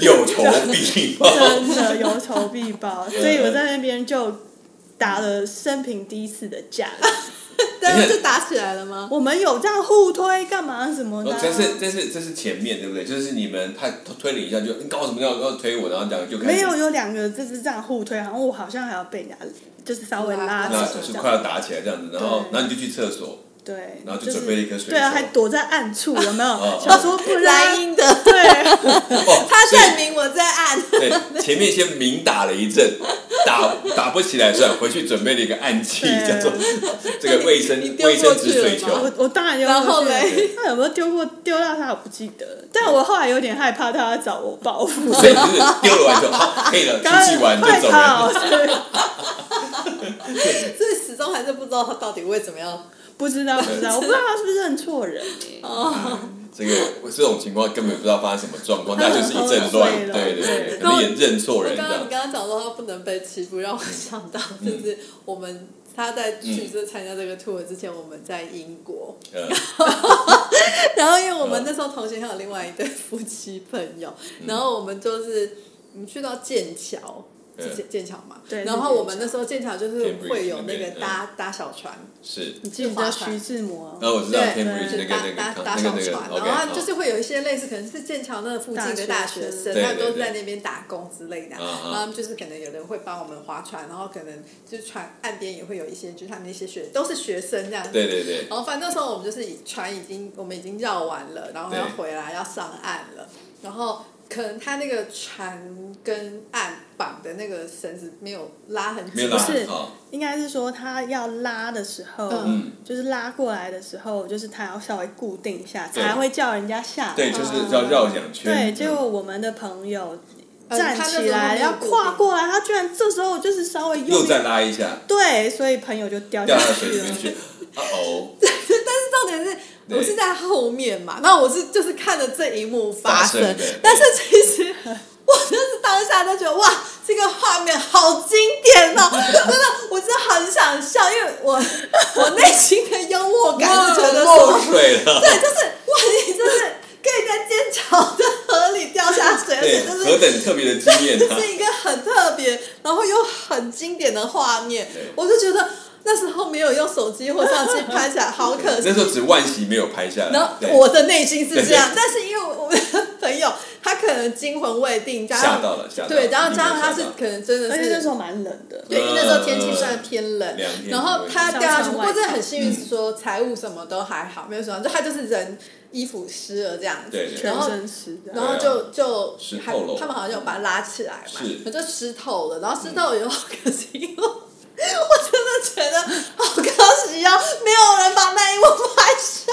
Speaker 1: 有仇必 报。
Speaker 3: 真的有仇必报。”所以我在那边就打了生平第一次的架。
Speaker 2: 但是就打起来了吗？
Speaker 3: 我们有这样互推干嘛什么的啊、
Speaker 1: 哦，这是这是这是前面对不对？就是你们他推了一下就你搞什么要要推我，然后两个就开始
Speaker 3: 没有有两个就是这样互推，好像我好像还要被人家就是稍微拉
Speaker 2: 拉
Speaker 3: 扯
Speaker 1: 那
Speaker 2: 拉
Speaker 1: 就是
Speaker 3: 这样
Speaker 1: 快要打起来这样子，然后
Speaker 3: 对
Speaker 1: 然后你就去厕所，
Speaker 3: 对，
Speaker 1: 然后就是准备了一颗水球
Speaker 3: 对啊，还躲在暗处，有没有
Speaker 1: 哦？
Speaker 3: 想说不
Speaker 2: 莱
Speaker 3: 然，
Speaker 2: 茵的，
Speaker 3: 对，
Speaker 1: 哦，
Speaker 2: 他
Speaker 1: 所以
Speaker 2: 证明我在暗。
Speaker 1: 对，前面先明打了一阵，打打不起来算，回去准备了一个暗器，
Speaker 3: 对
Speaker 1: 叫做这个卫生
Speaker 2: 你丢
Speaker 1: 卫
Speaker 2: 过
Speaker 1: 生
Speaker 2: 去
Speaker 1: 纸
Speaker 2: 了吗
Speaker 1: 水球
Speaker 3: 我。我当然有。
Speaker 2: 然后嘞，
Speaker 3: 他有没有丢过丢到他？我不记得，但我后来有点害怕他要找我报 复。
Speaker 1: 所以就是丢了完就好，可以了，出
Speaker 3: 刚
Speaker 1: 去玩就
Speaker 3: 快
Speaker 1: 走了。
Speaker 3: 跑！对
Speaker 2: 所以始终还是不知道他到底会怎么样。
Speaker 3: 不知道，不 知道，我不知道他是不是认错人。
Speaker 2: 哦
Speaker 1: 这个这种情况根本不知道发生什么状况，那就是一阵乱，对对
Speaker 3: 他很后
Speaker 1: 对，
Speaker 3: 对
Speaker 1: 可能也认错
Speaker 2: 我
Speaker 1: 人这
Speaker 2: 刚刚你
Speaker 1: 样。
Speaker 2: 刚刚讲说他不能被欺负，让我想到就是我们他在去这参加这个 tour 之前，我们在英国，
Speaker 1: 嗯，
Speaker 2: 然后因为我们那时候同行还有另外一对夫妻朋友，然后我们就是我们去到剑桥，是
Speaker 1: 嗯
Speaker 2: 剑剑桥嘛，
Speaker 3: 对
Speaker 2: 然后我们那时候剑桥就是会有那
Speaker 1: Cambridge 那
Speaker 2: 个
Speaker 1: 边
Speaker 2: 搭搭小船，
Speaker 1: 是。
Speaker 3: 你记得徐志摩？
Speaker 1: 呃然后我知道
Speaker 2: 对
Speaker 1: Cambridge
Speaker 2: 就
Speaker 1: 那
Speaker 2: 是
Speaker 1: 个那
Speaker 2: 搭搭
Speaker 1: 个
Speaker 2: 搭
Speaker 1: 那个
Speaker 2: 小
Speaker 1: 那个
Speaker 2: 船，
Speaker 1: ，OK，
Speaker 2: 然后就是
Speaker 1: 好
Speaker 2: 会有一些类似可能是剑桥那附近的大
Speaker 3: 大
Speaker 2: 学
Speaker 3: 学
Speaker 2: 生，
Speaker 3: 生
Speaker 2: 他
Speaker 1: 对
Speaker 2: 们
Speaker 1: 对
Speaker 2: 都是
Speaker 1: 对
Speaker 2: 在那边打工之类的啊，
Speaker 1: 嗯嗯
Speaker 2: 然后他们就是可能有人会帮我们划船，然后可能就是船岸边也会有一些就是他们一些学都是学生这样子，
Speaker 1: 对对对，
Speaker 2: 然后反正那时候我们就是以船已经我们已经绕完了，然后
Speaker 1: 对
Speaker 2: 要回来要上岸了，然后可能他那个船跟岸绑的那个绳子没有拉很
Speaker 1: 没有
Speaker 2: 紧，
Speaker 1: 拉
Speaker 3: 不是
Speaker 1: 很好，
Speaker 3: 应该是说他要拉的时候，
Speaker 2: 嗯
Speaker 3: 就是拉过来的时候，就是他要稍微固定一下，
Speaker 1: 对
Speaker 3: 才会叫人家下来。
Speaker 1: 对，就
Speaker 2: 哦
Speaker 1: 是要绕两圈。
Speaker 3: 对，结
Speaker 1: 嗯
Speaker 3: 果我们的朋友
Speaker 2: 呃
Speaker 3: 站
Speaker 2: 他那时候
Speaker 3: 起来
Speaker 2: 没有
Speaker 3: 要
Speaker 2: 固定
Speaker 3: 跨过来，他居然这时候就是稍微用
Speaker 1: 又
Speaker 3: 力，
Speaker 1: 再拉一下，
Speaker 3: 对，所以朋友就掉
Speaker 1: 掉
Speaker 3: 下
Speaker 1: 到水
Speaker 3: 去
Speaker 1: 里
Speaker 3: 了
Speaker 1: 面。 去。啊哦，
Speaker 2: 重点是
Speaker 1: 对
Speaker 2: 我是在后面嘛，那我是就是看着这一幕发生，
Speaker 1: 发生对
Speaker 2: 但是其实我就是当下就觉得哇，这个画面好经典哦， 真的，我真的很想笑，因为我我内心的幽默感就觉得
Speaker 1: 漏
Speaker 2: 说，
Speaker 1: 水了。
Speaker 2: 对，就是哇，你真是可以在尖桥的河里掉下水，而
Speaker 1: 对，
Speaker 2: 且就是
Speaker 1: 何等特别的经验
Speaker 2: 这
Speaker 1: 啊！
Speaker 2: 是一个很特别，然后又很经典的画面
Speaker 1: 对，
Speaker 2: 我就觉得那时候没有用手机或相机拍起来，好可惜
Speaker 1: 那时。候只万喜没有拍下来。
Speaker 2: 然后
Speaker 1: 对
Speaker 2: 我的内心是这样
Speaker 1: 对，
Speaker 2: 但是因为我们的朋友他可能惊魂未定，加
Speaker 1: 吓
Speaker 2: 上
Speaker 1: 到了，吓到了。
Speaker 2: 对，然后加上
Speaker 1: 一定
Speaker 2: 他
Speaker 1: 吓
Speaker 2: 是
Speaker 1: 到
Speaker 2: 可能真的
Speaker 3: 而且那时
Speaker 2: 是，
Speaker 3: 候蛮冷的，
Speaker 2: 对，因为那时候天气算
Speaker 1: 嗯
Speaker 2: 偏冷，
Speaker 1: 两天
Speaker 2: 然后
Speaker 1: 左右
Speaker 2: 他掉下去，
Speaker 3: 上
Speaker 2: 不
Speaker 3: 山
Speaker 2: 过
Speaker 3: 外
Speaker 2: 真的很幸运，是说财务什么都还好，没有什么，就他就是人衣服湿了这样子，
Speaker 1: 对对啊
Speaker 2: 然
Speaker 3: 全
Speaker 2: 后。
Speaker 3: 身湿的。
Speaker 2: 然后就就
Speaker 1: 湿
Speaker 2: 还
Speaker 1: 透了
Speaker 2: 他们好像有把它拉起来嘛
Speaker 1: 是，嗯
Speaker 2: 我就湿透了。然后湿透以后，可惜我我真的觉得好可惜哦，没有人把那一幕拍下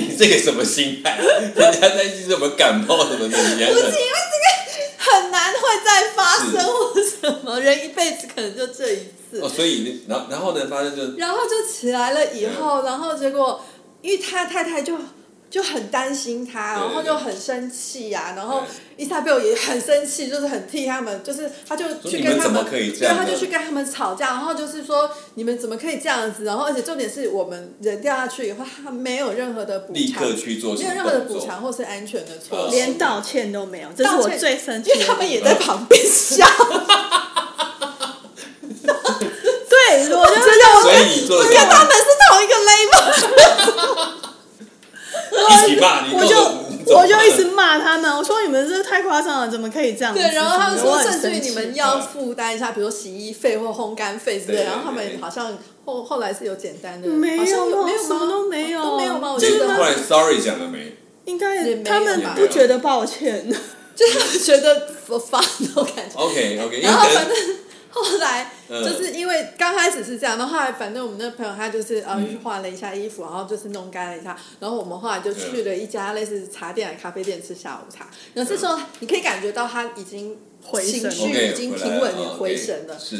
Speaker 1: 你这个什么心态？人家在什么感冒什么的，你还
Speaker 2: 不是因
Speaker 1: 冷
Speaker 2: 为这个很难会再发生
Speaker 1: 是
Speaker 2: 或什么，人一辈子可能就这一次
Speaker 1: 哦，。所以那然后然后呢，发生就是
Speaker 2: 然后就起来了以后，然后结果因为他太太就就很担心他，
Speaker 1: 对
Speaker 2: 然
Speaker 1: 对
Speaker 2: 后就很生气呀、然后伊莎贝尔也很生气，就是很替他们，就是他就
Speaker 1: 说
Speaker 2: 去
Speaker 1: 你
Speaker 2: 跟
Speaker 1: 们
Speaker 2: 他
Speaker 1: 怎么
Speaker 2: 们，
Speaker 1: 可以这
Speaker 2: 对，
Speaker 1: 样呢
Speaker 2: 他就去跟他们吵架，然后就是说你们怎么可以这样子？然后而且重点是我们人掉下去以后，他没有任何的补
Speaker 1: 立
Speaker 2: 偿，
Speaker 1: 刻去做
Speaker 2: 没
Speaker 1: 什
Speaker 2: 有
Speaker 1: 么
Speaker 2: 任何的
Speaker 1: 动
Speaker 2: 补
Speaker 1: 作，
Speaker 2: 偿或是安全的措
Speaker 1: 呃
Speaker 2: 施，
Speaker 3: 连道歉都没有，这是
Speaker 2: 道
Speaker 3: 我
Speaker 2: 歉
Speaker 3: 最生气
Speaker 2: 因
Speaker 3: 的地
Speaker 2: 为
Speaker 3: 方。
Speaker 2: 他们也在旁边 笑。
Speaker 3: 对，我
Speaker 2: 我
Speaker 3: 就
Speaker 2: 觉得我
Speaker 1: 所以你做
Speaker 2: 我
Speaker 1: 了
Speaker 2: 觉得
Speaker 1: 什
Speaker 2: 他
Speaker 1: 么？
Speaker 2: 们是同一个 level，
Speaker 1: 一起骂你，
Speaker 3: 我
Speaker 1: 你
Speaker 3: 就
Speaker 1: 做了你做了
Speaker 3: 我就一直骂他们，我说你们这太夸张了，怎么可以这样子？
Speaker 2: 对，然后他们
Speaker 3: 我
Speaker 2: 说，
Speaker 3: 很
Speaker 2: 甚至于
Speaker 3: 生气
Speaker 2: 你们要负担一下，比如洗衣费或烘干费之类
Speaker 1: 对对
Speaker 2: 的。然后他
Speaker 1: 对
Speaker 2: 们
Speaker 1: 对
Speaker 2: 好像后后来是有简单的，
Speaker 3: 没
Speaker 2: 好像
Speaker 3: 有
Speaker 2: 有没有
Speaker 3: 什么
Speaker 2: 吗
Speaker 3: 都没有
Speaker 2: 都没有吗？我
Speaker 1: 就
Speaker 2: 觉
Speaker 1: 是
Speaker 2: 得
Speaker 1: 突
Speaker 2: 他
Speaker 1: 然 sorry 讲了没？
Speaker 3: 应
Speaker 2: 也
Speaker 3: 该
Speaker 2: 没有
Speaker 3: 他们
Speaker 2: 吧
Speaker 3: 不觉得 抱歉，
Speaker 2: 就是觉得不发那种感觉。
Speaker 1: OK OK，因为嗯
Speaker 2: 然后
Speaker 1: 可
Speaker 2: 反
Speaker 1: 能
Speaker 2: 正 后来
Speaker 1: 嗯
Speaker 2: 就是因为刚开始是这样，然后后来反正我们那朋友他就是呃
Speaker 1: 嗯
Speaker 2: 去换了一下衣服，然后就是弄干了一下，然后我们后来就去了一家类似茶店、咖啡店吃下午茶。然后这时候你可以感觉到他已经
Speaker 3: 回
Speaker 2: 情
Speaker 3: 神
Speaker 2: 绪
Speaker 1: OK
Speaker 2: 已经
Speaker 1: 回来
Speaker 2: 平稳
Speaker 1: 了哦
Speaker 2: 回
Speaker 1: OK，
Speaker 2: 神了，
Speaker 1: 是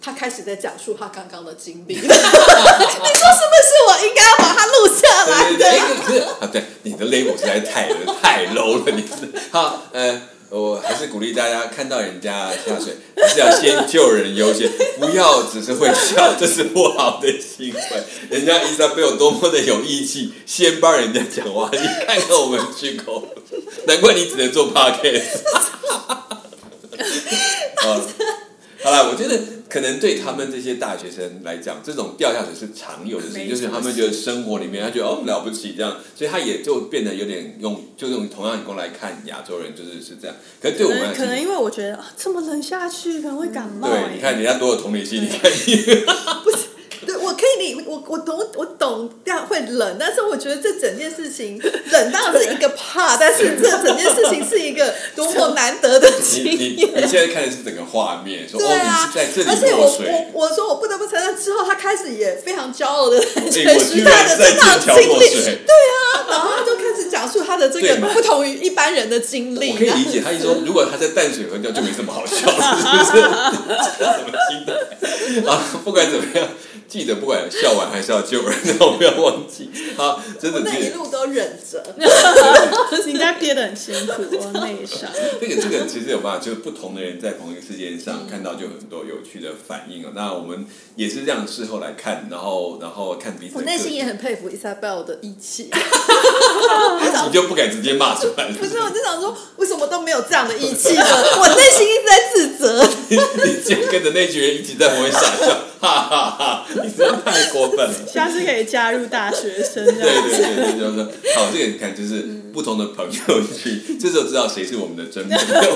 Speaker 2: 他开始在讲述他刚刚的经历。你说是不是我应该要把它录下来
Speaker 1: 对对
Speaker 2: 的？
Speaker 1: 对，可是啊，对，你的 label 实在太太 low 了，你是好，呃，我还是鼓励大家看到人家下水，还是要先救人优先，不要只是会笑，这是不好的行为。人家伊莎贝尔多么的有义气，先帮人家讲话，你看看我们巨狗，难怪你只能做 podcast。好好啦，我觉得可能对他们这些大学生来讲，这种掉下水是常有的事情，
Speaker 3: 没
Speaker 1: 就是他们觉得生活里面，他觉得哦了不起这样，所以他也就变得有点用，就用同样眼光来看亚洲人，就是是这样。可是对我
Speaker 3: 可
Speaker 1: 们来
Speaker 3: 能可能
Speaker 1: 讲，
Speaker 3: 因为我觉得啊，这么冷下去可能会感冒。欸
Speaker 1: 对，你看人家多有同理心，你看你
Speaker 2: 对，我可以理我我懂我懂掉会冷，但是我觉得这整件事情冷当然是一个怕，但是这整件事情是一个多么难得的经
Speaker 1: 你你
Speaker 2: 验。
Speaker 1: 你现在看的是整个画面，说
Speaker 2: 啊对
Speaker 1: 哦
Speaker 2: 啊
Speaker 1: 你是在这，
Speaker 2: 而
Speaker 1: 里
Speaker 2: 且
Speaker 1: 落
Speaker 2: 我
Speaker 1: 水
Speaker 2: 我，我说我不得不承认，之后他开始也非常骄傲的 在
Speaker 1: 哎，
Speaker 2: 全
Speaker 1: 我
Speaker 2: 时
Speaker 1: 居
Speaker 2: 代
Speaker 1: 然
Speaker 2: 的
Speaker 1: 在
Speaker 2: 这
Speaker 1: 这
Speaker 2: 趟
Speaker 1: 条
Speaker 2: 经
Speaker 1: 落
Speaker 2: 历，啊
Speaker 1: 水。
Speaker 2: 然后他就开始讲述他的这
Speaker 1: 对
Speaker 2: 个
Speaker 1: 嘛
Speaker 2: 不同于一般人的经历。啊
Speaker 1: 我可以
Speaker 2: 然后
Speaker 1: 理解，他一说如果他在淡水河钓就没什么好笑了，是不是？这什么心 态啊？不管怎么样，记得不管笑完还是要救人， 然后不要忘记啊！真的
Speaker 2: 我那
Speaker 1: 记
Speaker 2: 一
Speaker 1: 得
Speaker 2: 路都忍着。
Speaker 3: 你 应该憋得很辛苦，我内伤。
Speaker 1: 这个这个其实有办法，就是不同的人在同一个事件
Speaker 2: 嗯
Speaker 1: 上看到就很多有趣的反应哦。那我们也是这样事后来看，然后然后看彼此的
Speaker 2: 我
Speaker 1: 个性，
Speaker 2: 内心也很佩服伊莎贝尔的义 气，
Speaker 1: 你就不敢直接骂出来，
Speaker 2: 不是，我就想说，为什么都没有这样的义气呢？我内心一直在自责。
Speaker 1: 你就跟着那群人一起在旁边傻笑，哈哈哈！你真的太过分了。
Speaker 3: 下次可以加入大学生这
Speaker 1: 对
Speaker 3: 样。
Speaker 1: 对对对，就是说好，这个你看，就是不同的朋友
Speaker 3: 嗯
Speaker 1: 去，这时候知道谁是我们的真朋友。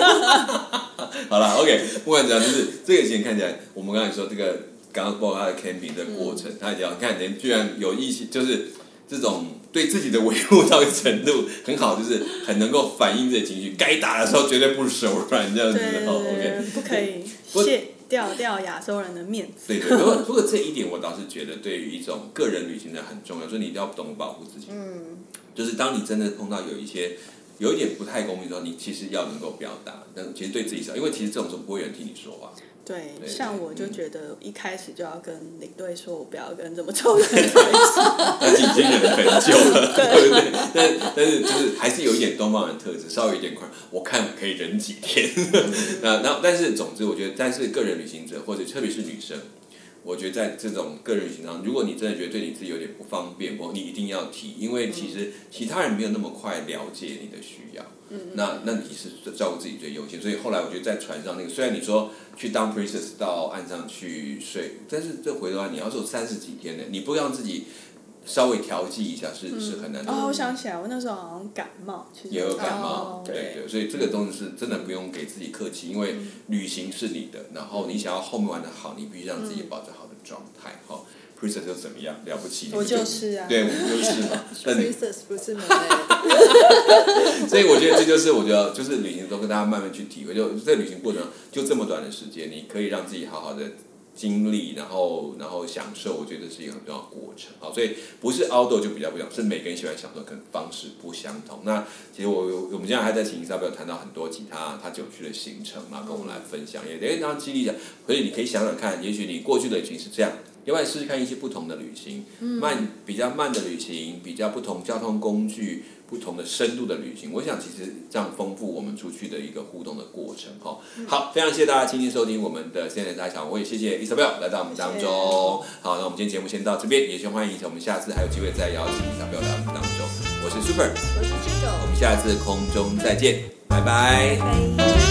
Speaker 1: 好了，OK，不管怎样，就是这个情看起来，我们刚才说这个，刚刚包括他的 camping 的过
Speaker 3: 嗯
Speaker 1: 程，他讲，你看人居然有意识，就是这种对自己的维护到一个程度很好，就是很能够反映自己的情绪，该打的时候绝对不手软这样子。
Speaker 3: 对对
Speaker 1: 哦
Speaker 3: 对
Speaker 1: ，OK，
Speaker 3: 对，不可以
Speaker 1: 不
Speaker 3: 卸掉掉亚洲人的面子。
Speaker 1: 对对，不过不过这一点我倒是觉得，对于一种个人旅行的很重要，就是你一定要懂得保护自己。嗯，就是当你真的碰到有一些有一点不太公平的时候，你其实要能够表达，但其实对自己是好，因为其实这种时候不会有人替你说话。
Speaker 3: 对，
Speaker 1: 对
Speaker 3: 像我就
Speaker 1: 嗯
Speaker 3: 觉得一开始就要跟领队说，我不要跟这么臭的人在一起。
Speaker 1: 嗯但是已经忍了很久了，对不对？但但是就是还是有一点东方人特质，稍微有一点宽容。我看我可以忍几天。 那那但是总之，我觉得，但是个人旅行者或者特别是女生，我觉得在这种个人旅行上，如果你真的觉得对你自己有点不方便，或你一定要提，因为其实其他人没有那么快了解你的需要。那那你是照顾自己最优先，所以后来我觉得在船上那个，虽然你说去当 princess 到岸上去睡，但是这回头来你要做三十几天呢，你不让自己稍微调剂一下是、是很难的。
Speaker 3: 哦，我想起来，我那时候好像感冒，其实
Speaker 1: 也有感
Speaker 3: 哦
Speaker 1: 冒，
Speaker 3: 对
Speaker 1: 对对，所以这个东西是真的不用给自己客气，因为旅行是你的，然后你想要后面玩的好，你必须让自己保持好的状态。哈、p r i n c e s s 又怎么样？了不起？
Speaker 3: 我就是啊
Speaker 1: 对，我们就是 嘛。但你，
Speaker 2: Princess 不是美类，
Speaker 1: 所以我觉得这就是我觉得就是旅行都跟大家慢慢去体会，就在旅行过程中就这么短的时间，你可以让自己好好的。经历，然后然后享受，我觉得是一个很重要的过程。好，所以不是 outdoor 就比较不一样，是每个人喜欢享受，可能方式不相同。那其实我我们现在还在请伊莎贝尔谈到很多其他他九区的行程嘛，跟我们来分享，也也让激励一下。所以你可以想想看，也许你过去的旅行是这样，另外试试看一些不同的旅行，慢比较慢的旅行，比较不同交通工具。不同的深度的旅行，我想其实这样丰富我们出去的一个互动的过程哈。好，非常谢谢大家今天收听我们的现在大场，我也谢谢 Isabel 来到我们当
Speaker 3: 谢
Speaker 1: 中。好，那我们今天节目先到这边，也先欢迎我们下次还有机会再邀请 Isabel 来我们当中。我是 Super，
Speaker 2: 我是 Jingle
Speaker 1: 我。们下次空中再见，拜拜。
Speaker 2: 拜。